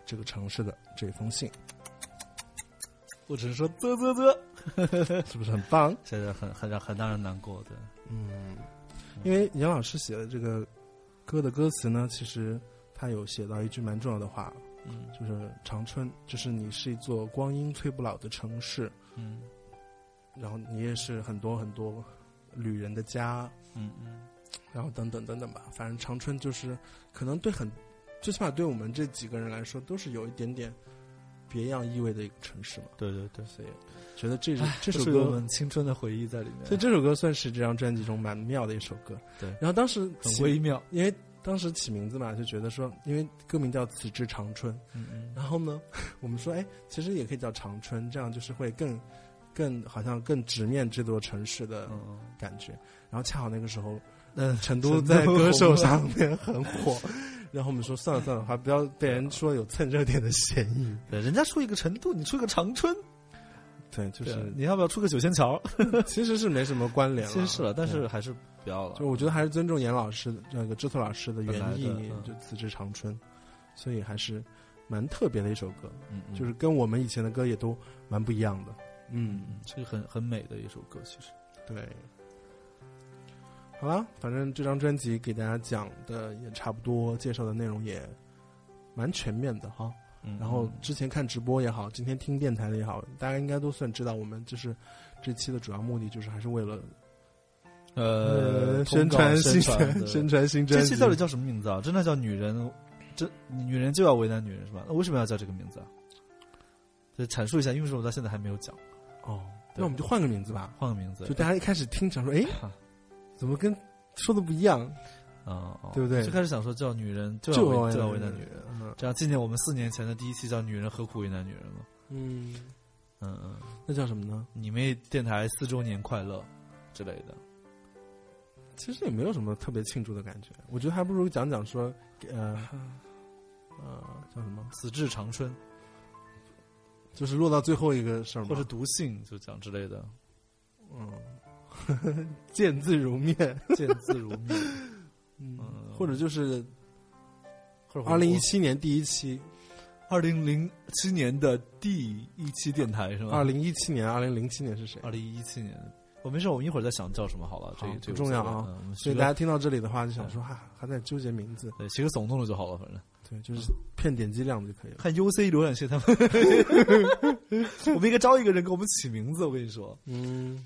S1: 这个城市的这封信，
S2: 我只是说啧啧啧，
S1: 是不是很棒？
S2: 现在很很让很让人难过的。
S1: 嗯，因为杨老师写的这个歌的歌词呢，其实他有写到一句蛮重要的话，
S2: 嗯
S1: 就是长春，就是你是一座光阴吹不老的城市，
S2: 嗯
S1: 然后你也是很多很多旅人的家，
S2: 嗯嗯，
S1: 然后等等等等吧，反正长春就是可能对很，最起码对我们这几个人来说，都是有一点点别样意味的一个城市嘛，
S2: 对对对，
S1: 所以觉得
S2: <laughs>
S1: 这这
S2: 这
S1: 首
S2: 是我
S1: 歌。
S2: 们青春的回忆在里面，
S1: 所以这首歌算是这张专辑中蛮妙的一首歌。
S2: 对
S1: 然后当时
S2: 很
S1: 起
S2: 微妙。
S1: 因为当时起名字嘛，就觉得说，因为歌名叫《此致长春》，
S2: 嗯嗯，
S1: 然后呢， <laughs> 我们说，哎，其实也可以叫长春，这样就是会更，更好像更直面这座城市的
S2: 嗯
S1: 感觉。然后恰好那个时候，
S2: 嗯，
S1: 成都在歌手上面很火，然后我们说算了算了，还不要被人说有蹭热点的嫌疑。
S2: 对，人家出一个成都，你出一个长春，
S1: 对，就
S2: 对
S1: 是
S2: 你要不要出个九仙桥？
S1: 啊其实是没什么关联了，
S2: 其实是了，但
S1: 对
S2: 是还是不要了。
S1: 就我觉得还是尊重严老师那个知错老师的
S2: 本来
S1: 原
S2: 的
S1: 意，
S2: 嗯
S1: 就辞职长春，所以还是蛮特别的一首歌，
S2: 嗯，嗯
S1: 就是跟我们以前的歌也都蛮不一样的。
S2: 嗯，这个很很美的一首歌，其实。
S1: 对。好啦，反正这张专辑给大家讲的也差不多，介绍的内容也蛮全面的哈。
S2: 嗯
S1: 然后之前看直播也好，今天听电台的也好，大家应该都算知道，我们就是这期的主要目的就是还是为了
S2: 呃，
S1: 宣
S2: 通告
S1: 传
S2: 宣
S1: 新
S2: 传
S1: 宣
S2: 对
S1: 传新专
S2: 这
S1: 辑。
S2: 期到底叫什么名字啊？真的叫女人，这女人就要为难女人是吧？那为什么要叫这个名字啊？就阐述一下，因为是我到现在还没有讲，
S1: 哦，
S2: 对
S1: 那我们就换个名字吧。
S2: 换个名字
S1: 就大家一开始听想说，哎
S2: 啊，
S1: 怎么跟说的不一样？
S2: 啊，哦
S1: 对不对
S2: 最开始想说叫女人就要
S1: 就
S2: 为就要为难
S1: 男
S2: 女人，
S1: 嗯
S2: 这样纪念我们四年前的第一期叫“女人何苦为难女人”嘛。
S1: 嗯，
S2: 嗯嗯，
S1: 那叫什么呢？
S2: 你妹电台四周年快乐之类的。
S1: 其实也没有什么特别庆祝的感觉，我觉得还不如讲讲说，呃，呃，叫什么？
S2: 死至长春，
S1: 就是落到最后一个事儿嘛，
S2: 或者读信，就讲之类 <laughs> 的，
S1: 嗯，见字如面，
S2: 见字如面。
S1: 嗯
S2: 嗯，
S1: 或者 <laughs> 就是
S2: 或者
S1: 二零一七年第一期，
S2: 二零零七年的第一期电台是吗？
S1: 二零一七嗯年、二零零七年是谁？
S2: 二零一七年，我没事，我们一会儿再想叫什么好了，这
S1: 好
S2: 个这个
S1: 不重要啊
S2: 无所谓。嗯我们
S1: 所以
S2: 随
S1: 大
S2: 便
S1: 家听到这里的话，就想说，哈，还在纠结名字，
S2: 对写个耸动的就好了，反正
S1: 对，就是骗点击量就可以了。
S2: 看 UC 浏览器 <laughs> 他们，我们应该招一个人给我们起名字。我跟你说，
S1: 嗯，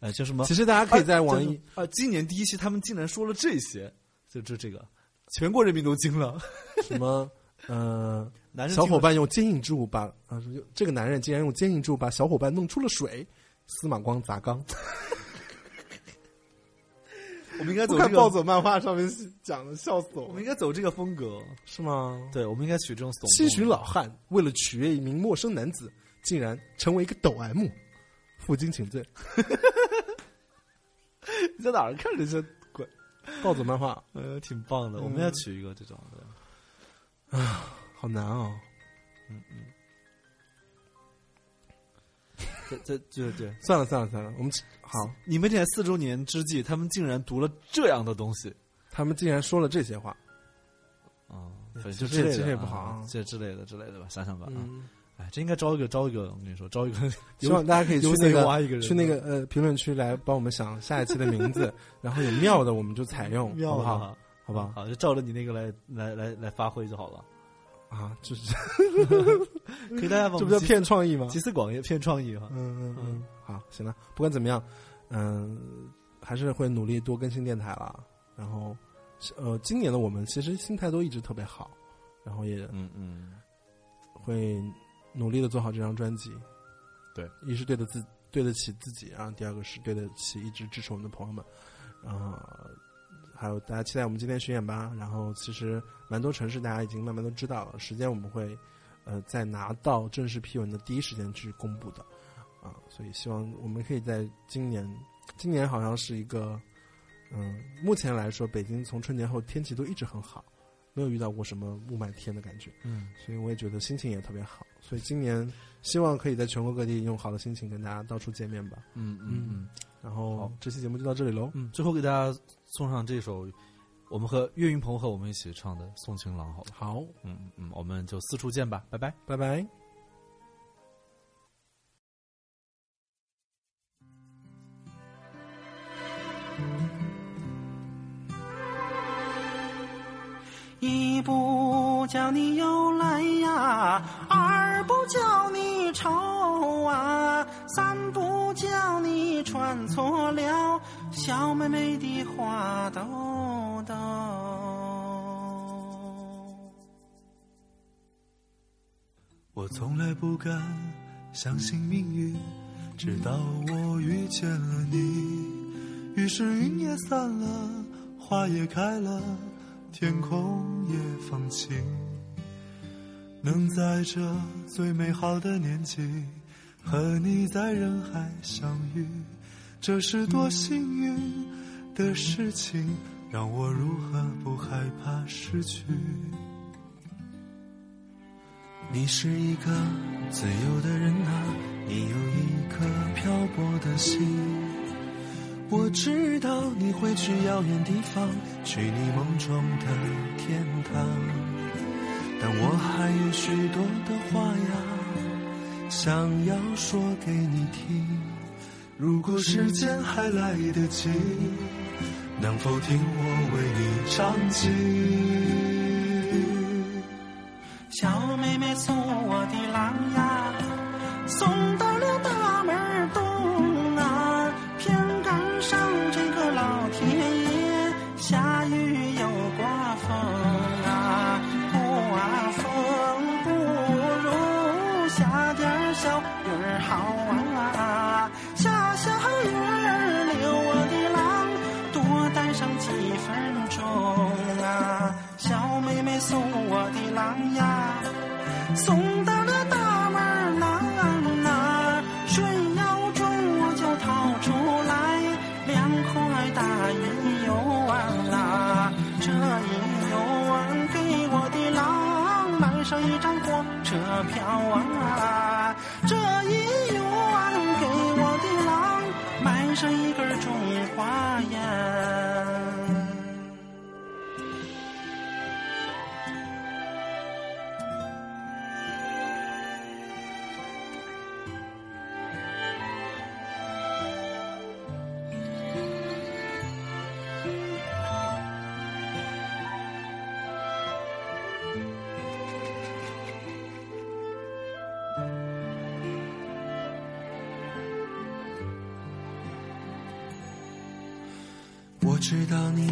S1: 哎
S2: 哎，叫什么？
S1: 其实大家可以在网
S2: 啊
S1: 易
S2: 真的啊，今年第一期他们竟然说了这些，就就这个，全国人民都惊了。
S1: 什么呃，
S2: 男人
S1: 小伙
S2: 惊了，
S1: 伴用坚硬之物把啊，说这个男人竟然用坚硬之物把小伙伴弄出了水，司马光砸缸。
S2: 我们应该
S1: 我
S2: 走
S1: 看
S2: 这
S1: 暴
S2: 个，
S1: 走漫画上面讲的，笑死
S2: 我
S1: 我
S2: 们。应该走这个风格。
S1: 是吗？
S2: 对，我们应该取这种耸动
S1: 七旬老汉为了取悦一名陌生男子，竟然成为一个抖 M，负荆请罪。
S2: 你在哪儿看这些鬼？
S1: 暴走漫画
S2: 呃，挺棒的，我们要取一个这种的。
S1: 好难哦。
S2: 这这对对，
S1: 算了算了算了，我们好，
S2: 你们这四周年之际，他们竟然读了这样的东西
S1: 他们竟然说了这些话，
S2: 啊！反正就
S1: 这
S2: 之类的
S1: 这也
S2: 啊
S1: 不好啊
S2: 这之类的之类的吧，想想吧啊！
S1: 嗯，
S2: 哎，这应该招一个招一个，我跟你说，招一个
S1: 啊希望大家可以去
S2: 由
S1: 那
S2: 内
S1: 个
S2: 挖一个人，
S1: 去那个呃评论区来帮我们想下一期的名 <laughs> 字，然后有妙的我们就采用，
S2: 妙
S1: 好不
S2: 的
S1: 好？
S2: 啊，
S1: 好不好？
S2: 好，就照着你那个来来来来发挥就好了。
S1: 啊，就是 <laughs>
S2: 可以大家
S1: 这
S2: 帮我
S1: 不
S2: 们
S1: 叫
S2: 集
S1: 骗创意吗？
S2: 集思广益，骗创意哈。
S1: 嗯嗯嗯，好，行了，不管怎么样，嗯、还是会努力多更新电台啦。然后，呃，今年的我们其实心态都一直特别好，然后也
S2: 嗯嗯，
S1: 会努力的做好这张专辑。
S2: 对，
S1: 一是对得自对得起自己，然后第二个是对得起一直支持我们的朋友们，然后还有大家期待我们今天巡演吧。然后其实蛮多城市大家已经慢慢都知道了，时间我们会呃在拿到正式批文的第一时间去公布的啊，所以希望我们可以在今年，今年好像是一个嗯，目前来说北京从春节后天气都一直很好，没有遇到过什么雾霾天的感觉。
S2: 嗯，
S1: 所以我也觉得心情也特别好。所以今年希望可以在全国各地用好的心情跟大家到处见面吧。
S2: 嗯
S1: 嗯嗯然后
S2: 好
S1: 这期节目就到这里喽。
S2: 嗯，最后给大家送上这首我们和岳云鹏和我们一起唱的《送情郎》，好了，
S1: 好，
S2: 嗯嗯嗯，我们就四处见吧，拜拜。
S1: 拜拜。
S4: 一不叫你又来呀，二不叫你愁啊，三不叫你穿错了小妹妹的花兜兜。
S5: 我从来不敢相信命运，直到我遇见了你。于是云也散了，花也开了，天空也放晴。能在这最美好的年纪，和你在人海相遇，这是多幸运的事情，让我如何不害怕失去？你是一个自由的人啊，你有一颗漂泊的心。我知道你会去遥远地方，去你梦中的天堂。但我还有许多的话呀，想要说给你听。如果时间还来得及，能否听我为你唱起？
S4: 小妹妹送我的郎呀，送到了大门东啊，偏赶上这个老天爷下雨又刮风啊，刮风不如下点儿小雨儿好啊，下小雨儿留我的郎。多待上几分钟啊，小妹妹送我的郎呀，送到了大门儿郎啊，顺腰中我就掏出来两块大银油丸啊，这银油丸给我的郎买上一张火车票啊，这银油丸给我的郎。埋上一根中华烟。
S5: 我知道你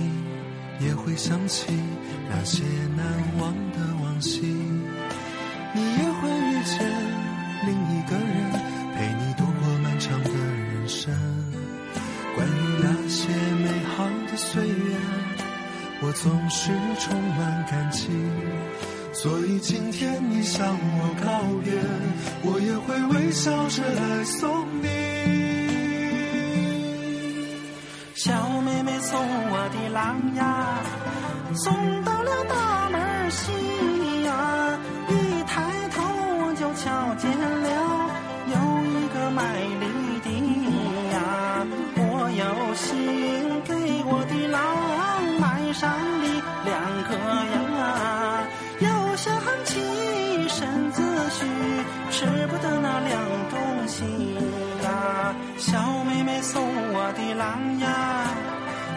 S5: 也会想起那些难忘的往昔，你也会遇见另一个人，陪你度过漫长的人生。关于那些美好的岁月，我总是充满感激。所以今天你向我告别，我也会微笑着来送你。
S4: 小妹妹送我的郎呀，送到了大门西呀。一抬头我就瞧见了有一个卖郎呀，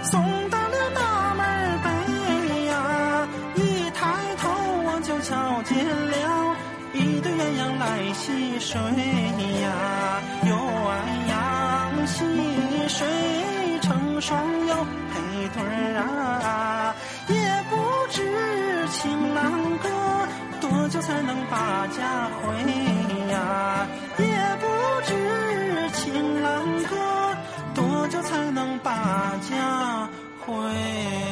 S4: 送到了大门儿北呀。一抬头我就瞧见了一对鸳鸯来戏水呀，有鸳鸯戏水成双哟，配对儿啊，也不知情郎哥多久才能把家回呀，也不知情郎哥多久才能把家回。